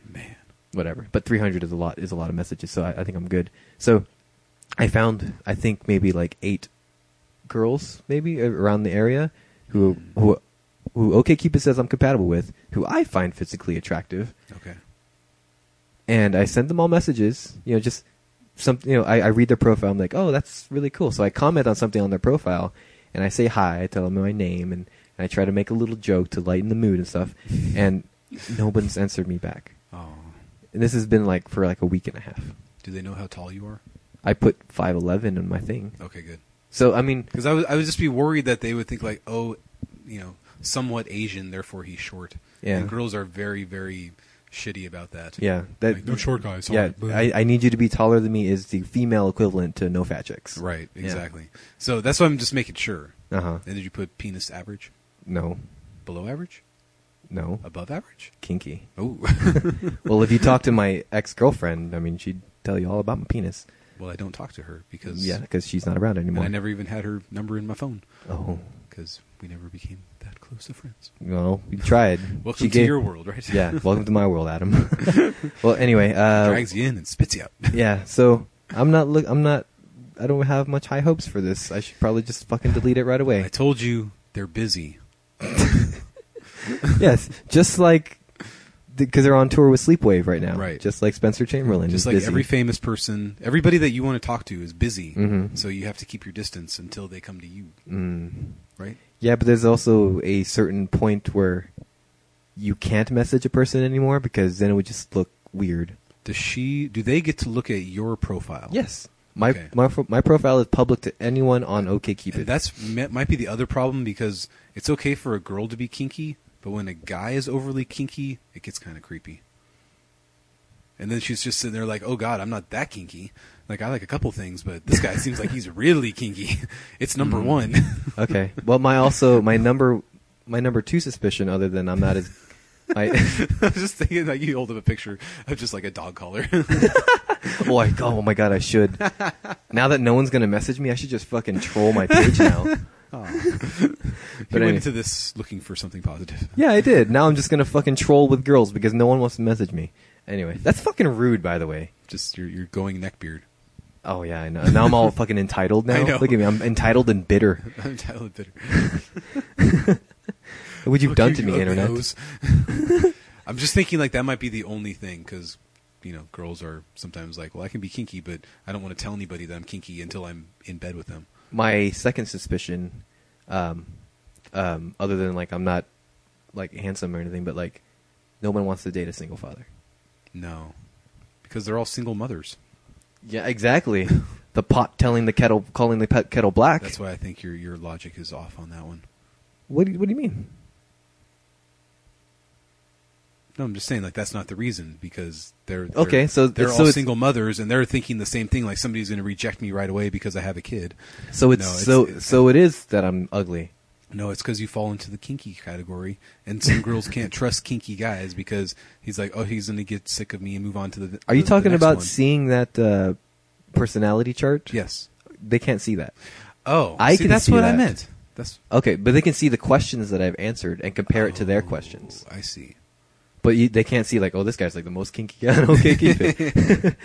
Speaker 1: Man,
Speaker 2: whatever. But 300 is a lot is a lot of messages, so I, I think I'm good. So I found I think maybe like eight girls maybe a- around the area who who who OKCupid says I'm compatible with, who I find physically attractive
Speaker 1: okay.
Speaker 2: and I send them all messages. You know, just some. You know, I, I read their profile. I'm like, oh, that's really cool. So I comment on something on their profile, and I say hi. I tell them my name, and, and I try to make a little joke to lighten the mood and stuff. And nobody's answered me back.
Speaker 1: Oh,
Speaker 2: And this has been like for like a week and a half.
Speaker 1: do they know how tall you are?
Speaker 2: I put five eleven in my thing.
Speaker 1: Okay, good.
Speaker 2: So I mean,
Speaker 1: Because I would, I would just be worried that they would think like, oh, you know, somewhat Asian, therefore he's short.
Speaker 2: Yeah.
Speaker 1: And girls are very, very shitty about that.
Speaker 2: yeah,
Speaker 1: Like,
Speaker 2: that
Speaker 1: no short guys.
Speaker 2: yeah, I, I need you to be taller than me is the female equivalent to no fat chicks.
Speaker 1: right,
Speaker 2: Yeah.
Speaker 1: exactly. So that's why I'm just making sure.
Speaker 2: Uh huh.
Speaker 1: And did you put penis average,
Speaker 2: No,
Speaker 1: below average,
Speaker 2: no,
Speaker 1: above average?
Speaker 2: kinky.
Speaker 1: Oh,
Speaker 2: well, if you talk to my ex girlfriend, I mean, she'd tell you all about my penis.
Speaker 1: well, I don't talk to her because
Speaker 2: Yeah, because she's not around
Speaker 1: and
Speaker 2: anymore.
Speaker 1: I never even had her number in my phone
Speaker 2: Oh,
Speaker 1: because we never became that close of friends.
Speaker 2: well, we tried.
Speaker 1: Welcome
Speaker 2: She
Speaker 1: to
Speaker 2: gave-
Speaker 1: your world, right?
Speaker 2: yeah, welcome to my world, Adam. well, anyway, uh,
Speaker 1: drags you in and spits you out.
Speaker 2: yeah. So I'm not look. I'm not. I don't have much high hopes for this. I should probably just fucking delete it right
Speaker 1: I
Speaker 2: away.
Speaker 1: told you they're busy.
Speaker 2: yes, just like because they're on tour with Sleepwave right now.
Speaker 1: Right.
Speaker 2: Just like Spencer Chamberlain.
Speaker 1: Just
Speaker 2: is
Speaker 1: like
Speaker 2: busy.
Speaker 1: every famous person, everybody that you want to talk to is busy.
Speaker 2: Mhm.
Speaker 1: So you have to keep your distance until they come to you,
Speaker 2: Mm.
Speaker 1: right?
Speaker 2: Yeah, but there's also a certain point where you can't message a person anymore because then it would just look weird.
Speaker 1: Does she? Do they get to look at your profile?
Speaker 2: Yes. My
Speaker 1: Okay.
Speaker 2: my fo- my profile is public to anyone on
Speaker 1: And
Speaker 2: OKCupid.
Speaker 1: that's mi- might be the other problem because it's okay for a girl to be kinky, but when a guy is overly kinky, it gets kind of creepy. And then she's just sitting there like, "Oh God, I'm not that kinky. Like I like a couple things, but this guy seems like he's really kinky. It's number
Speaker 2: Mm.
Speaker 1: one.
Speaker 2: okay. Well, my also my number my number two suspicion, other than I'm not as I
Speaker 1: I was just thinking that you hold up a picture of just like a dog collar.
Speaker 2: oh, I, oh my god, I should. Now that no one's gonna message me, I should just fucking troll my page now.
Speaker 1: He
Speaker 2: anyway.
Speaker 1: went into this looking for something positive.
Speaker 2: Yeah, I did. Now I'm just gonna fucking troll with girls because no one wants to message me. Anyway, that's fucking rude, by the way.
Speaker 1: Just you're, you're going neckbeard.
Speaker 2: Oh yeah, I know. Now I'm all fucking entitled. Now
Speaker 1: I know.
Speaker 2: look at me, I'm entitled and bitter.
Speaker 1: I'm Tyler Bitter.
Speaker 2: What you've
Speaker 1: Look,
Speaker 2: done
Speaker 1: you-
Speaker 2: to
Speaker 1: you
Speaker 2: me,
Speaker 1: Oh, ugly
Speaker 2: internet.
Speaker 1: hoes. I'm just thinking like that might be the only thing because you know girls are sometimes like, well, I can be kinky, but I don't want to tell anybody that I'm kinky until I'm in bed with them.
Speaker 2: My second suspicion Um, um, other than like I'm not like handsome or anything, but like no one wants to date a single father.
Speaker 1: No, because they're all single mothers.
Speaker 2: Yeah, exactly. the pot telling the kettle, calling the pet kettle black.
Speaker 1: That's why I think your your logic is off on that one.
Speaker 2: What do you, what do you mean?
Speaker 1: No, I'm just saying like that's not the reason because they're, they're
Speaker 2: Okay, so-
Speaker 1: they're
Speaker 2: so
Speaker 1: all
Speaker 2: it's-
Speaker 1: single mothers and they're thinking the same thing like somebody's going to reject me right away because I have a kid.
Speaker 2: So it's,
Speaker 1: No, it's-
Speaker 2: so
Speaker 1: it's-
Speaker 2: so it is that I'm ugly.
Speaker 1: No, it's because you fall into the kinky category, and some girls can't trust kinky guys because he's like, oh, he's going to get sick of me and move on to the.
Speaker 2: Are you
Speaker 1: the- the
Speaker 2: talking
Speaker 1: next
Speaker 2: about
Speaker 1: one.
Speaker 2: seeing that uh, personality chart?
Speaker 1: Yes.
Speaker 2: They can't see that.
Speaker 1: Oh,
Speaker 2: I
Speaker 1: see,
Speaker 2: can
Speaker 1: that's
Speaker 2: see
Speaker 1: what I
Speaker 2: that.
Speaker 1: meant. That's
Speaker 2: Okay, but they can see the questions that I've answered and compare it to their
Speaker 1: Oh,
Speaker 2: questions.
Speaker 1: I see.
Speaker 2: But you, they can't see like, oh, this guy's like the most kinky guy. okay, keep it.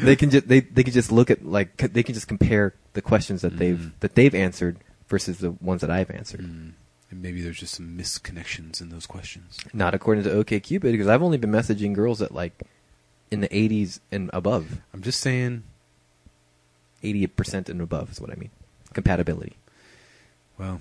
Speaker 2: they can just they they can just look at like c- they can just compare the questions that they've
Speaker 1: Mm.
Speaker 2: that they've answered versus the ones that I've answered.
Speaker 1: Mm. And maybe there's just some misconnections in those questions.
Speaker 2: Not according to OKCupid because I've only been messaging girls at like in the 80s and above,
Speaker 1: I'm just saying.
Speaker 2: 80 percent and above is what I mean. Compatibility.
Speaker 1: Well,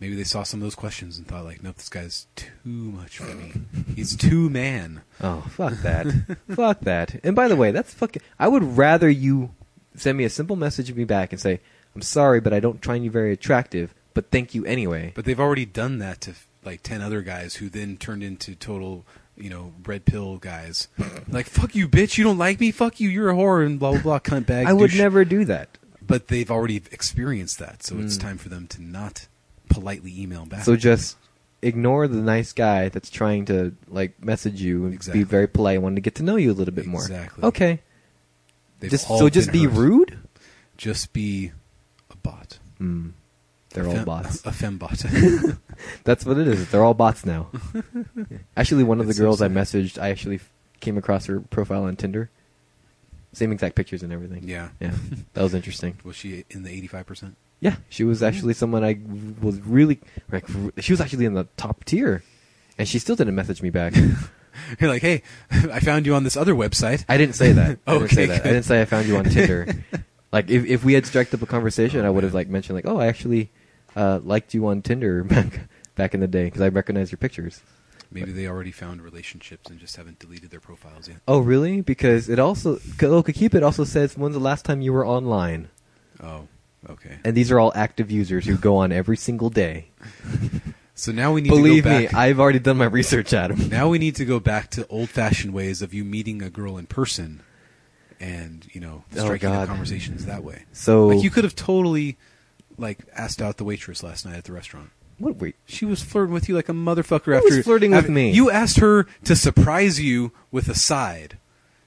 Speaker 1: maybe they saw some of those questions and thought like, nope, this guy's too much for me. He's too man.
Speaker 2: Oh, fuck that. fuck that. And by the way, that's fucking. I would rather you send me a simple message me back and say, I'm sorry, but I don't find you very attractive, but thank you anyway.
Speaker 1: But they've already done that to like ten other guys who then turned into total, you know, red pill guys. like, fuck you, bitch. You don't like me. Fuck you. You're a whore and blah blah blah. Cunt bag.
Speaker 2: I would
Speaker 1: douche."
Speaker 2: never do that.
Speaker 1: But they've already experienced that, so it's
Speaker 2: Mm.
Speaker 1: time for them to not politely email back.
Speaker 2: So just ignore the nice guy that's trying to, like, message you and
Speaker 1: Exactly.
Speaker 2: be very polite and wanting to get to know you a little bit more.
Speaker 1: Exactly.
Speaker 2: Okay.
Speaker 1: They've
Speaker 2: Just,
Speaker 1: all
Speaker 2: so just
Speaker 1: been
Speaker 2: be
Speaker 1: hurt.
Speaker 2: rude?
Speaker 1: Just be a bot.
Speaker 2: Hmm. They're
Speaker 1: A
Speaker 2: all
Speaker 1: fem-
Speaker 2: bots.
Speaker 1: A fembot.
Speaker 2: That's what it is. They're all bots now. actually, one of the
Speaker 1: It's so
Speaker 2: girls I
Speaker 1: sad.
Speaker 2: messaged, I actually f- came across her profile on Tinder. Same exact pictures and everything.
Speaker 1: yeah.
Speaker 2: Yeah. That was interesting.
Speaker 1: Was she in the eighty-five percent?
Speaker 2: Yeah. She was actually someone I was really, like, r- she was actually in the top tier. And she still didn't message me back.
Speaker 1: You're like, hey, I found you on this other website.
Speaker 2: I didn't say that. I didn't
Speaker 1: Okay,
Speaker 2: say that. I
Speaker 1: good.
Speaker 2: didn't say I found you on Tinder. like, if, if we had struck up a conversation,
Speaker 1: Oh,
Speaker 2: I would have,
Speaker 1: man.
Speaker 2: like, mentioned, like, oh, I actually uh, liked you on Tinder back, back in the day because I recognized your pictures.
Speaker 1: Maybe they already found relationships and just haven't deleted their profiles yet.
Speaker 2: Oh, really? Because it also OkCupid also says when's the last time you were online,
Speaker 1: Oh, okay.
Speaker 2: and these are all active users who go on every single day.
Speaker 1: So now we need
Speaker 2: Believe
Speaker 1: to go
Speaker 2: me,
Speaker 1: back.
Speaker 2: I've already done my research, Adam.
Speaker 1: now we need to go back to old-fashioned ways of you meeting a girl in person, and you know
Speaker 2: Oh,
Speaker 1: striking up
Speaker 2: God.
Speaker 1: conversations that way.
Speaker 2: So
Speaker 1: like you could have totally like asked out the waitress last night at the restaurant.
Speaker 2: what? Wait,
Speaker 1: She was flirting with you like a motherfucker.
Speaker 2: Who was
Speaker 1: after
Speaker 2: flirting with
Speaker 1: after-
Speaker 2: me?
Speaker 1: you asked her to surprise you with a side.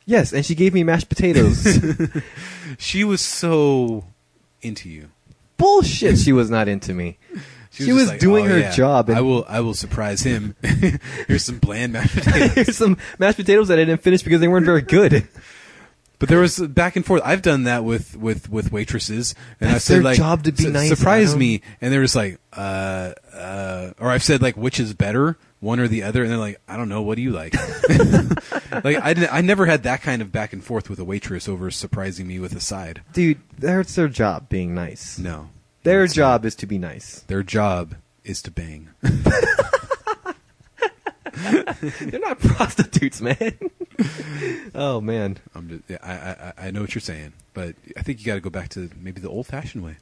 Speaker 2: yes, and she gave me mashed potatoes.
Speaker 1: She was so into you.
Speaker 2: Bullshit! She was not into me. She,
Speaker 1: just
Speaker 2: was
Speaker 1: like,
Speaker 2: doing
Speaker 1: "Oh,
Speaker 2: her
Speaker 1: yeah,
Speaker 2: job. And
Speaker 1: I will. I will surprise him. Here's some bland mashed potatoes.
Speaker 2: Here's some mashed potatoes that I didn't finish because they weren't very good.
Speaker 1: But there was back and forth. I've done that with with with waitresses, and I
Speaker 2: That's
Speaker 1: said
Speaker 2: their
Speaker 1: like,
Speaker 2: job to be
Speaker 1: "Su-
Speaker 2: nice,
Speaker 1: surprise
Speaker 2: Adam."
Speaker 1: me, and they're just like, uh, uh, or I've said like, which is better, one or the other, and they're like, I don't know, what do you like? like I didn't, I never had that kind of back and forth with a waitress over surprising me with a side.
Speaker 2: Dude, that's their job, being nice.
Speaker 1: No,
Speaker 2: Their
Speaker 1: It's-
Speaker 2: job is to be nice.
Speaker 1: their job is to bang.
Speaker 2: They're not prostitutes, man. oh man.
Speaker 1: I'm just, yeah, I, I I know what you're saying, but I think you got to go back to maybe the old fashioned way.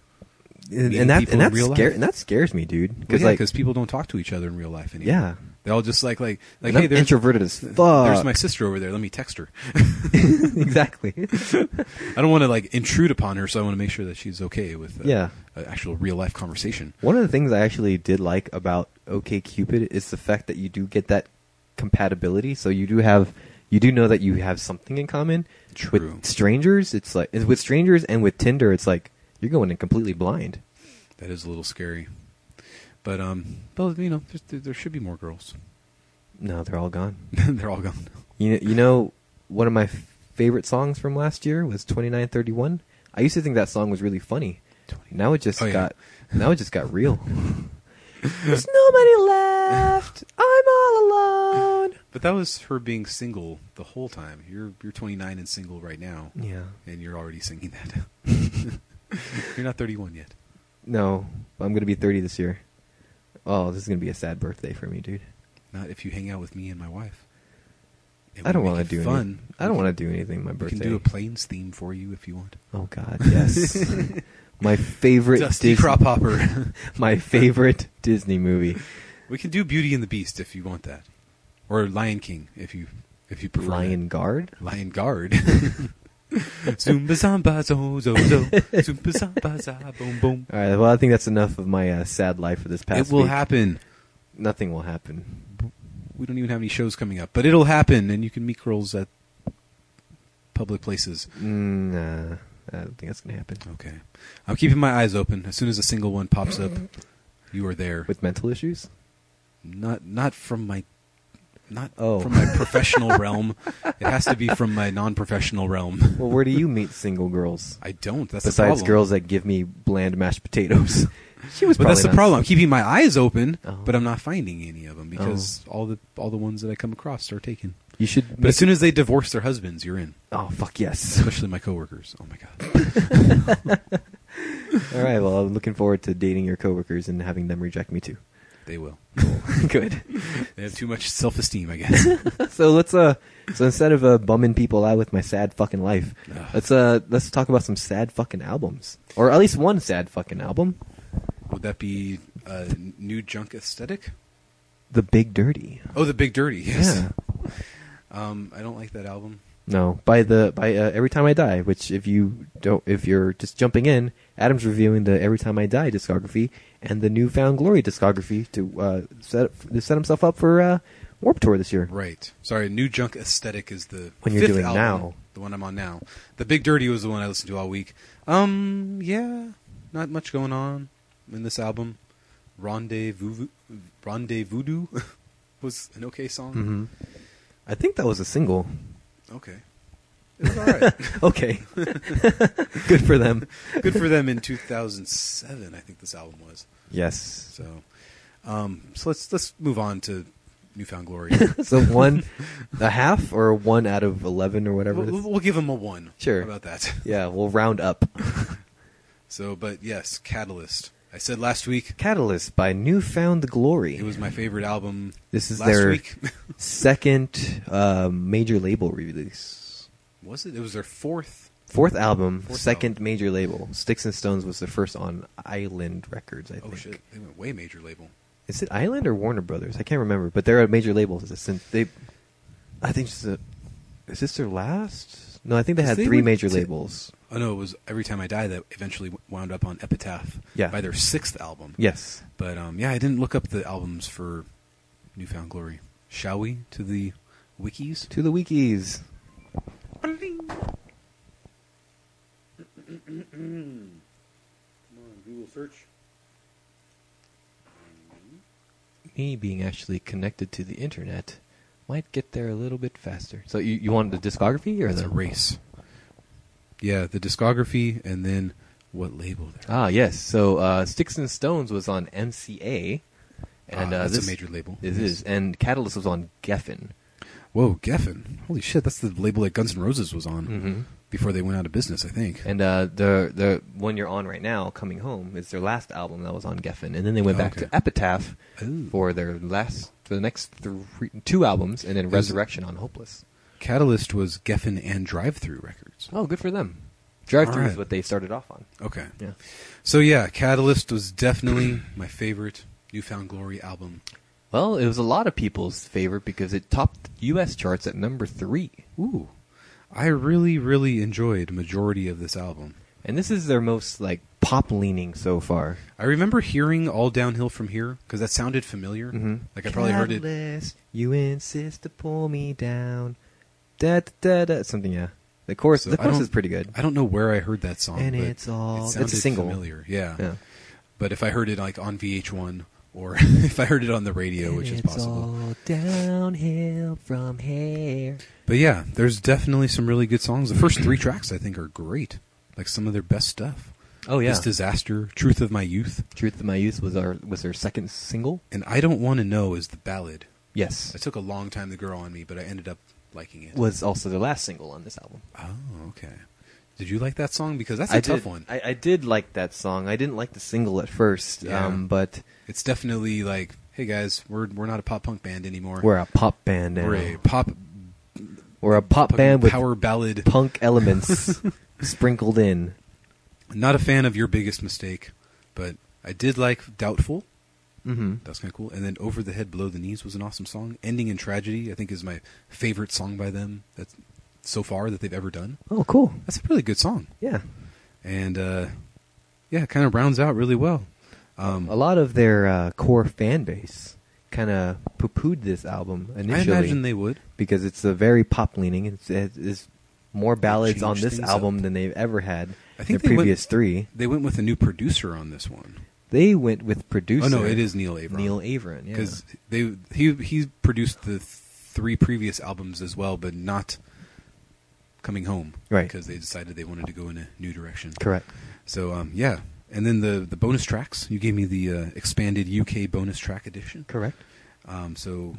Speaker 2: and,
Speaker 1: meeting
Speaker 2: and that
Speaker 1: people
Speaker 2: and
Speaker 1: in
Speaker 2: that
Speaker 1: real
Speaker 2: scare
Speaker 1: life.
Speaker 2: and that scares me, dude.
Speaker 1: Because
Speaker 2: Because
Speaker 1: yeah,
Speaker 2: like,
Speaker 1: 'cause people don't talk to each other in real life anymore.
Speaker 2: yeah,
Speaker 1: They all just like like like
Speaker 2: And I'm
Speaker 1: hey, there's
Speaker 2: introverted as fuck.
Speaker 1: There's my sister over there. Let me text her.
Speaker 2: exactly.
Speaker 1: I don't want to like intrude upon her, so I want to make sure that she's okay with uh,
Speaker 2: Yeah.
Speaker 1: an actual real life conversation.
Speaker 2: One of the things I actually did like about OKCupid is the fact that you do get that compatibility. So you do have, you do know that you have something in common
Speaker 1: True.
Speaker 2: with strangers. It's like and with strangers and with Tinder, it's like you're going in completely blind.
Speaker 1: That is a little scary, but um, but you know, there's- there, there should be more girls.
Speaker 2: No, they're all gone.
Speaker 1: They're all gone.
Speaker 2: You you know, one of my f- favorite songs from last year was 2931. I used to think that song was really funny. Now it just
Speaker 1: Oh, yeah.
Speaker 2: got now it just got real. There's nobody left. I'm all alone.
Speaker 1: But that was her being single the whole time. You're you're 29 and single right now,
Speaker 2: Yeah.
Speaker 1: and you're already singing that. you're not 31 yet.
Speaker 2: No, I'm gonna be 30 this year. Oh, this is gonna be a sad birthday for me, dude.
Speaker 1: Not if you hang out with me and my wife. It
Speaker 2: I
Speaker 1: would
Speaker 2: don't
Speaker 1: make
Speaker 2: want to
Speaker 1: it
Speaker 2: do
Speaker 1: fun.
Speaker 2: Any, I don't want to do anything my
Speaker 1: We
Speaker 2: birthday.
Speaker 1: can do a planes theme for you if you want.
Speaker 2: oh God, yes. my favorite
Speaker 1: Dusty
Speaker 2: Disney,
Speaker 1: crop hopper.
Speaker 2: my favorite Disney movie.
Speaker 1: we can do Beauty and the Beast if you want that, or Lion King if you if you prefer.
Speaker 2: Lion Guard.
Speaker 1: that. Lion Guard. Zumba zamba zo zo zo. Zumba zamba za boom boom.
Speaker 2: All right. Well, I think that's enough of my uh, sad life for this Uh, past.
Speaker 1: it will
Speaker 2: week.
Speaker 1: happen.
Speaker 2: Nothing will happen.
Speaker 1: We don't even have any shows coming up, but it'll happen, and you can meet girls at public places.
Speaker 2: Mm, Nah, I don't think that's gonna happen.
Speaker 1: Okay, I'm keeping my eyes open. As soon as a single one pops up, you are there.
Speaker 2: With mental issues.
Speaker 1: not not from my not
Speaker 2: Oh.
Speaker 1: from my professional realm. It has to be from my non-professional realm.
Speaker 2: Well, where do you meet single girls?
Speaker 1: I don't. That's
Speaker 2: Besides
Speaker 1: the problem.
Speaker 2: girls that give me bland mashed potatoes. she was.
Speaker 1: but that's
Speaker 2: probably
Speaker 1: the
Speaker 2: not-
Speaker 1: problem. I'm keeping my eyes open,
Speaker 2: Oh.
Speaker 1: but I'm not finding any of them because all the all the ones that I come across are taken.
Speaker 2: You should.
Speaker 1: But as soon as they divorce their husbands, you're in.
Speaker 2: oh fuck yes.
Speaker 1: Especially my coworkers. Oh my god.
Speaker 2: All right. Well, I'm looking forward to dating your coworkers and having them reject me too.
Speaker 1: They will.
Speaker 2: Good.
Speaker 1: They have too much self-esteem, I guess.
Speaker 2: so let's uh. So instead of uh, bumming people out with my sad fucking life,
Speaker 1: Ugh.
Speaker 2: let's uh let's talk about some sad fucking albums, or at least one sad fucking album,
Speaker 1: Would that be a new junk aesthetic?
Speaker 2: The Big Dirty.
Speaker 1: Oh, the Big Dirty. Yes.
Speaker 2: Yeah.
Speaker 1: Um, I don't like that album.
Speaker 2: No, by the by uh, Every Time I Die, which if you don't if you're just jumping in, Adam's reviewing the Every Time I Die discography and the New Found Glory discography to uh set to set himself up for uh Warp Tour this year.
Speaker 1: Right. Sorry, New Junk Aesthetic is the
Speaker 2: One you're
Speaker 1: fifth
Speaker 2: doing
Speaker 1: album,
Speaker 2: now.
Speaker 1: The one I'm on now. The Big Dirty was the one I listened to all week. Um, yeah, not much going on in this album. Rendezvous, Rendezvous was an okay song.
Speaker 2: Mhm. I think that was a single.
Speaker 1: Okay, it was all right.
Speaker 2: Okay. Good for them.
Speaker 1: Good for them in 2007. I think this album was.
Speaker 2: Yes.
Speaker 1: So, um, so let's let's move on to Newfound Glory.
Speaker 2: So one a half or one out of 11 or whatever.
Speaker 1: we'll,
Speaker 2: it is?
Speaker 1: we'll give them a one.
Speaker 2: Sure.
Speaker 1: How about that.
Speaker 2: Yeah, we'll round up.
Speaker 1: So, but yes, Catalyst. I said last week
Speaker 2: Catalyst by Newfound Glory.
Speaker 1: It was my favorite album.
Speaker 2: This is
Speaker 1: last
Speaker 2: their
Speaker 1: week.
Speaker 2: second uh, major label release.
Speaker 1: was it? It was their fourth.
Speaker 2: Fourth album,
Speaker 1: Fourth
Speaker 2: second
Speaker 1: album.
Speaker 2: major label. Sticks and Stones was the first on Island Records, I
Speaker 1: Oh
Speaker 2: think.
Speaker 1: shit! They went way major label.
Speaker 2: Is it Island or Warner Brothers? I can't remember, but they're a major label. Since they, I think this is, a, is this their last? No, I think they
Speaker 1: Because
Speaker 2: had
Speaker 1: they
Speaker 2: three
Speaker 1: went
Speaker 2: major
Speaker 1: to-
Speaker 2: labels.
Speaker 1: Oh no! It was every time I die that eventually wound up on Epitaph.
Speaker 2: Yeah.
Speaker 1: By their sixth album.
Speaker 2: Yes.
Speaker 1: But um, yeah, I didn't look up the albums for Newfound Glory. Shall we to the wikis?
Speaker 2: To the Weekies.
Speaker 1: Come on, Google search.
Speaker 2: Me being actually connected to the internet might get there a little bit faster. So you, you wanted the discography or
Speaker 1: It's
Speaker 2: the
Speaker 1: a race. Yeah, the discography and then what label they're
Speaker 2: Ah, yes. So uh, Sticks and Stones was on MCA, and
Speaker 1: Ah,
Speaker 2: uh,
Speaker 1: that's
Speaker 2: this
Speaker 1: a major label.
Speaker 2: It is, and Catalyst was on Geffen.
Speaker 1: Whoa, Geffen! Holy shit, that's the label that Guns N' Roses was on
Speaker 2: Mhm.
Speaker 1: before they went out of business, I think.
Speaker 2: And uh, the the one you're on right now, Coming Home, is their last album that was on Geffen, and then they went
Speaker 1: Oh,
Speaker 2: back
Speaker 1: okay.
Speaker 2: to Epitaph
Speaker 1: Oh.
Speaker 2: for their last for the next three, two albums, and then
Speaker 1: was-
Speaker 2: Resurrection on Hopeless.
Speaker 1: Catalyst was Geffen and Drive Thru Records.
Speaker 2: Oh, good for them. Drive Through
Speaker 1: All right.
Speaker 2: is what they started off on.
Speaker 1: Okay,
Speaker 2: Yeah.
Speaker 1: so yeah, Catalyst was definitely my favorite Newfound Glory album.
Speaker 2: Well, it was a lot of people's favorite because it topped U.S. charts at number three.
Speaker 1: Ooh, I really, really enjoyed majority of this album.
Speaker 2: And this is their most like pop leaning so far.
Speaker 1: I remember hearing "All Downhill from Here" because that sounded familiar.
Speaker 2: Mm-hmm.
Speaker 1: Mm-hmm. Like I probably heard it.
Speaker 2: Catalyst, You insist to pull me down. Da da da. da. Something yeah. The chorus.
Speaker 1: So
Speaker 2: the
Speaker 1: I
Speaker 2: chorus
Speaker 1: don't-
Speaker 2: is pretty good.
Speaker 1: I don't know where I heard that song,
Speaker 2: And
Speaker 1: but
Speaker 2: it's all-
Speaker 1: it
Speaker 2: it's a
Speaker 1: sounded
Speaker 2: single.
Speaker 1: familiar. Yeah.
Speaker 2: Yeah.
Speaker 1: but if I heard it like on VH1 or if I heard it on the radio,
Speaker 2: And
Speaker 1: which is
Speaker 2: it's
Speaker 1: possible.
Speaker 2: all downhill from here.
Speaker 1: But yeah, there's definitely some really good songs. The first three tracks I think are great, like some of their best stuff.
Speaker 2: Oh yeah.
Speaker 1: This disaster, truth of my youth,
Speaker 2: Truth of My Youth was our was their second single.
Speaker 1: and I don't want to know is the ballad.
Speaker 2: Yes.
Speaker 1: It took a long time to grow on me, but I ended up liking it.
Speaker 2: Was also their last single on this album.
Speaker 1: Oh, okay. Did you like that song? Because that's a
Speaker 2: I
Speaker 1: tough
Speaker 2: did,
Speaker 1: one.
Speaker 2: I, I did like that song. I didn't like the single at first,
Speaker 1: Yeah.
Speaker 2: um, but
Speaker 1: It's definitely like, hey guys, we're we're not a pop punk band anymore.
Speaker 2: we're a pop band now.
Speaker 1: We're a pop
Speaker 2: We're a pop
Speaker 1: fucking
Speaker 2: band with
Speaker 1: power ballad.
Speaker 2: punk elements sprinkled in.
Speaker 1: Not a fan of your biggest mistake, but I did like Doubtful.
Speaker 2: Mm-hmm.
Speaker 1: That's kind of cool. And then Over the Head, Below the Knees was an awesome song. Ending in Tragedy, I think, is my favorite song by them that's so far that they've ever done.
Speaker 2: Oh, cool.
Speaker 1: That's a really good song.
Speaker 2: Yeah.
Speaker 1: And uh, yeah, it kind of rounds out really well. Um,
Speaker 2: A lot of their uh, core fan base kind of poo-pooed this album
Speaker 1: I
Speaker 2: initially
Speaker 1: imagine they would.
Speaker 2: because it's a very pop leaning. It's, it's more ballads on
Speaker 1: changed
Speaker 2: this
Speaker 1: things
Speaker 2: album
Speaker 1: up.
Speaker 2: than they've ever had.
Speaker 1: I think
Speaker 2: their
Speaker 1: they went-
Speaker 2: previous three.
Speaker 1: They went with a new producer on this one.
Speaker 2: They went with producer.
Speaker 1: Oh no, it is Neil Avery.
Speaker 2: Neil Averin. Yeah.
Speaker 1: because they he he produced the th- three previous albums as well, but not coming home,
Speaker 2: Right.
Speaker 1: Because they decided they wanted to go in a new direction.
Speaker 2: Correct.
Speaker 1: So um, yeah, and then the the bonus tracks you gave me the uh, expanded UK bonus track edition.
Speaker 2: Correct.
Speaker 1: Um, so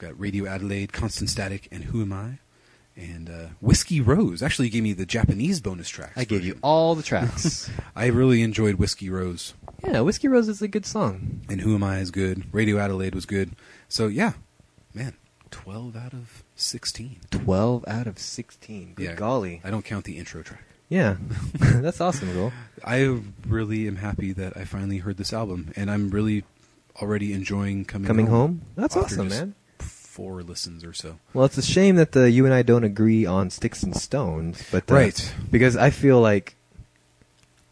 Speaker 1: we've got Radio Adelaide, Constant Static, and Who Am I, and uh, Whiskey Rose. Actually, you gave me the Japanese bonus tracks.
Speaker 2: I gave you
Speaker 1: version.
Speaker 2: all the tracks.
Speaker 1: I really enjoyed Whiskey Rose,
Speaker 2: yeah, Whiskey Rose is a good song.
Speaker 1: and Who Am I is good. Radio Adelaide was good. So yeah, man, twelve out of sixteen.
Speaker 2: 12 out of 16. Good
Speaker 1: Yeah.
Speaker 2: golly.
Speaker 1: I don't count the intro track.
Speaker 2: Yeah. That's awesome, girl.
Speaker 1: I really am happy that I finally heard this album, and I'm really already enjoying coming
Speaker 2: Coming
Speaker 1: home.
Speaker 2: home? That's
Speaker 1: after
Speaker 2: awesome,
Speaker 1: just
Speaker 2: man.
Speaker 1: Four listens or so.
Speaker 2: Well, it's a shame that the you and I don't agree on sticks and stones, but uh,
Speaker 1: Right.
Speaker 2: because I feel like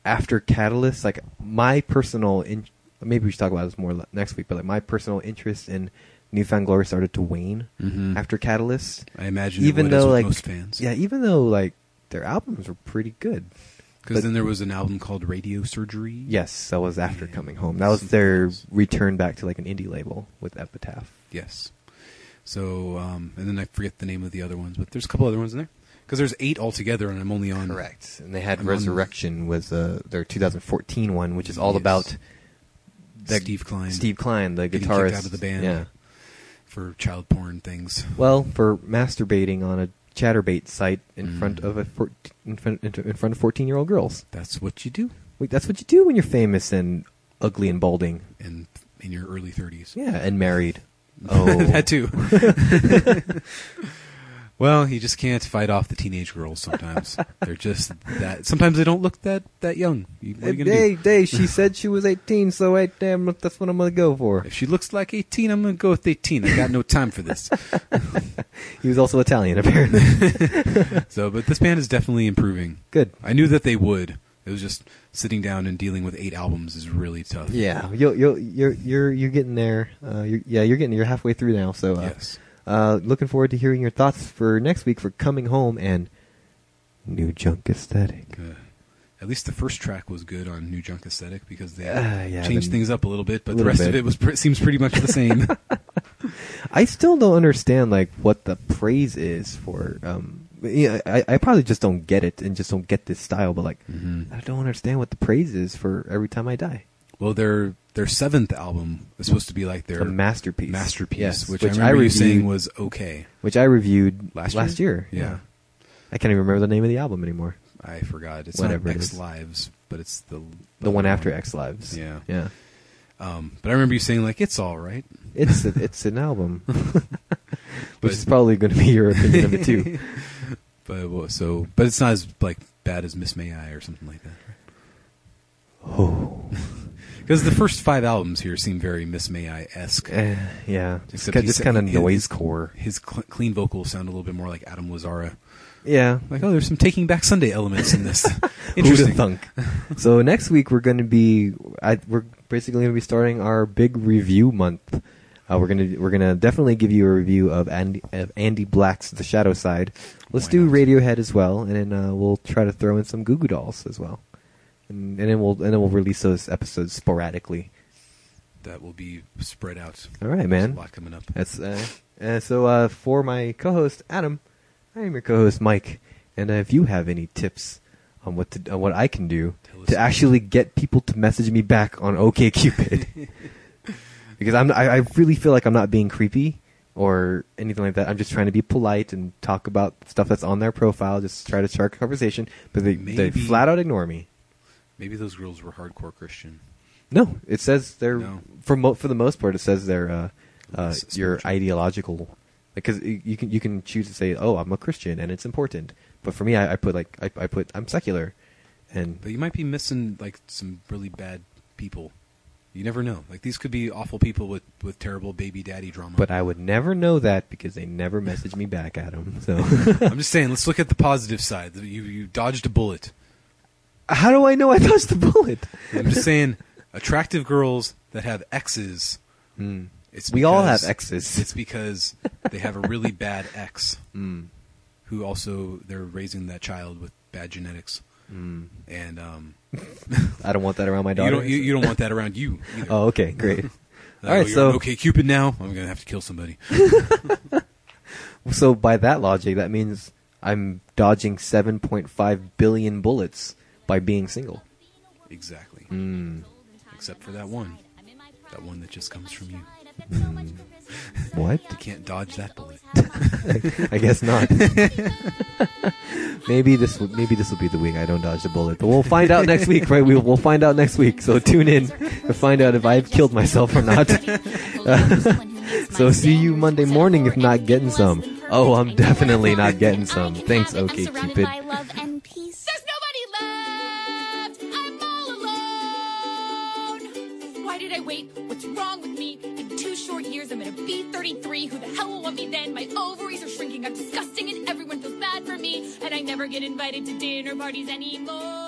Speaker 2: after Catalyst, like my personal in- maybe we should talk about this more le- next week, but like my personal interest in Newfound Glory started to wane
Speaker 1: Mhm.
Speaker 2: after Catalyst.
Speaker 1: I imagine
Speaker 2: even
Speaker 1: it was
Speaker 2: though
Speaker 1: with
Speaker 2: like
Speaker 1: most fans,
Speaker 2: yeah, even though like their albums were pretty good.
Speaker 1: Because
Speaker 2: but-
Speaker 1: then there was an album called Radio Surgery.
Speaker 2: Yes, that was after
Speaker 1: Yeah,
Speaker 2: coming home. That was
Speaker 1: something
Speaker 2: their
Speaker 1: else.
Speaker 2: return back to like an indie label with Epitaph.
Speaker 1: Yes. So, um, and then I forget the name of the other ones, but there's a couple other ones in there. Because there's eight altogether, and I'm only on.
Speaker 2: Correct. And they had
Speaker 1: I'm on-
Speaker 2: Resurrection was uh, their 2014 one, which is all
Speaker 1: Yes.
Speaker 2: about the-
Speaker 1: Steve Klein.
Speaker 2: Steve Klein, the
Speaker 1: Getting kicked
Speaker 2: guitarist
Speaker 1: out of the band.
Speaker 2: Yeah.
Speaker 1: For child porn things.
Speaker 2: Well, for masturbating on a chatterbait site in
Speaker 1: Mm.
Speaker 2: front of a four, in front in front of 14 year old girls.
Speaker 1: That's what you do
Speaker 2: Wait, that's what you do when you're famous and ugly and balding.
Speaker 1: in, in your early 30s.
Speaker 2: Yeah, and married. Oh,
Speaker 1: that too. well, you just can't fight off the teenage girls sometimes. They're just that. Sometimes they don't look that that young. You- What are you gonna
Speaker 2: Hey,
Speaker 1: do?
Speaker 2: hey, she said she was 18, so I, damn, that's what I'm gonna go for.
Speaker 1: If she looks like eighteen, I'm gonna go with eighteen. I got no time for this.
Speaker 2: He was also Italian, apparently.
Speaker 1: So, but this band is definitely improving.
Speaker 2: Good.
Speaker 1: I knew that they would. It was just sitting down and dealing with eight albums is really tough.
Speaker 2: Yeah, Uh, you'll, you'll, you're you're you're getting there. Uh, you're, yeah, you're getting you're halfway through now. So uh,
Speaker 1: Yes.
Speaker 2: uh, looking forward to hearing your thoughts for next week for coming home and new junk aesthetic.
Speaker 1: Uh, at least the first track was good on New Junk Aesthetic because they
Speaker 2: Ah, yeah,
Speaker 1: changed
Speaker 2: then-
Speaker 1: things up a little bit, but the
Speaker 2: little
Speaker 1: rest of
Speaker 2: bit.
Speaker 1: it was pre- seems pretty much the same.
Speaker 2: I still don't understand like what the praise is for. Um, yeah, I, I probably just don't get it and just don't get this style. But like,
Speaker 1: Mhm.
Speaker 2: I don't understand what the praise is for every time I die.
Speaker 1: Well, their their seventh album is supposed to be like their
Speaker 2: a masterpiece.
Speaker 1: masterpiece,
Speaker 2: Yes,
Speaker 1: which, I remember you
Speaker 2: reviewed,
Speaker 1: saying was okay
Speaker 2: which I reviewed
Speaker 1: last year.
Speaker 2: year.
Speaker 1: yeah.
Speaker 2: I can't even remember the name of the album anymore.
Speaker 1: I forgot. It's
Speaker 2: Whatever
Speaker 1: not
Speaker 2: it
Speaker 1: X
Speaker 2: is.
Speaker 1: Lives, but it's the
Speaker 2: The one after X Lives.
Speaker 1: Yeah.
Speaker 2: Yeah.
Speaker 1: Um, but I remember you saying like it's all right.
Speaker 2: It's a, it's an album,
Speaker 1: But-
Speaker 2: which is probably going to be your opinion of it too.
Speaker 1: But well, so, but it's not as like bad as Miss May I or something like that.
Speaker 2: Oh,
Speaker 1: Because the first five albums here seem very Miss May I esque.
Speaker 2: Eh, yeah, just,
Speaker 1: Except
Speaker 2: ki-
Speaker 1: he
Speaker 2: just
Speaker 1: said-
Speaker 2: kind of
Speaker 1: his-
Speaker 2: noise core.
Speaker 1: His cl- clean vocals sound a little bit more like Adam Lazara.
Speaker 2: Yeah,
Speaker 1: Like, oh, there's some Taking Back Sunday elements in this.
Speaker 2: Who'da
Speaker 1: Interesting.
Speaker 2: thunk? so next week we're going to be I, we're basically going to be starting our big review month. Uh, we're gonna we're gonna definitely give you a review of Andy of Andy Black's The Shadow Side. Let's
Speaker 1: Why
Speaker 2: do
Speaker 1: not?
Speaker 2: Radiohead as well, and then uh, we'll try to throw in some Goo Goo Dolls as well, and, and then we'll and then we'll release those episodes sporadically.
Speaker 1: That will be spread out.
Speaker 2: All right,
Speaker 1: There's
Speaker 2: man.
Speaker 1: a lot coming up.
Speaker 2: That's uh, uh, so. Uh, for my co-host Adam, I am your co-host Mike, and uh, if you have any tips on what to, on what I can do
Speaker 1: Tell us.
Speaker 2: to actually get people to message me back on OKCupid, because I'm I, I really feel like I'm not being creepy, or anything like that. I'm just trying to be polite and talk about stuff that's on their profile. Just try to start a conversation, but they they
Speaker 1: Maybe.
Speaker 2: flat out ignore me.
Speaker 1: Maybe those girls were hardcore Christian.
Speaker 2: No, it says they're
Speaker 1: No.
Speaker 2: for mo- for the most part. It says they're uh, uh,
Speaker 1: It's
Speaker 2: your
Speaker 1: spiritual.
Speaker 2: ideological because y- you can you can choose to say, oh, I'm a Christian and it's important. But for me, I, I put like I, I put I'm secular, and
Speaker 1: But you might be missing like some really bad people. You never know. Like these could be awful people with with terrible baby daddy drama.
Speaker 2: but I would never know that because they never message me back at them. So
Speaker 1: I'm just saying, let's look at the positive side. You you dodged a bullet.
Speaker 2: how do I know I dodged the bullet?
Speaker 1: I'm just saying, attractive girls that have exes.
Speaker 2: Mm.
Speaker 1: It's
Speaker 2: We all
Speaker 1: Hmm. because-
Speaker 2: have exes.
Speaker 1: It's because they have a really bad ex
Speaker 2: Mm.
Speaker 1: who also they're raising that child with bad genetics,
Speaker 2: Mm.
Speaker 1: and um,
Speaker 2: I don't want that around my
Speaker 1: you
Speaker 2: daughter.
Speaker 1: don't you, you don't want that around you. Either.
Speaker 2: Oh, okay, great.
Speaker 1: Uh,
Speaker 2: All right,
Speaker 1: you're
Speaker 2: so
Speaker 1: on okay, Cupid. Now I'm gonna have to kill somebody.
Speaker 2: so by that logic, that means I'm dodging 7.5 billion bullets by being single.
Speaker 1: exactly.
Speaker 2: Mm.
Speaker 1: Except for that one, that one that just comes from you.
Speaker 2: What?
Speaker 1: You can't dodge that bullet.
Speaker 2: I guess not. maybe this will, maybe this will be the week I don't dodge the bullet, but we'll find out next week, right? We'll, we'll find out next week. So tune in to find out if I've killed myself or not.
Speaker 3: so see you Monday morning if not getting some. Oh, I'm definitely not getting some. Thanks, okay, Cupid. love and peace. There's nobody left. I'm all alone. Why did I wait? What's wrong with me? In two short years, I'm gonna be 33. Who the hell will want me then? My ovaries are shrinking. I'm disgusting, and everyone feels bad for me. And I never get invited to dinner parties anymore.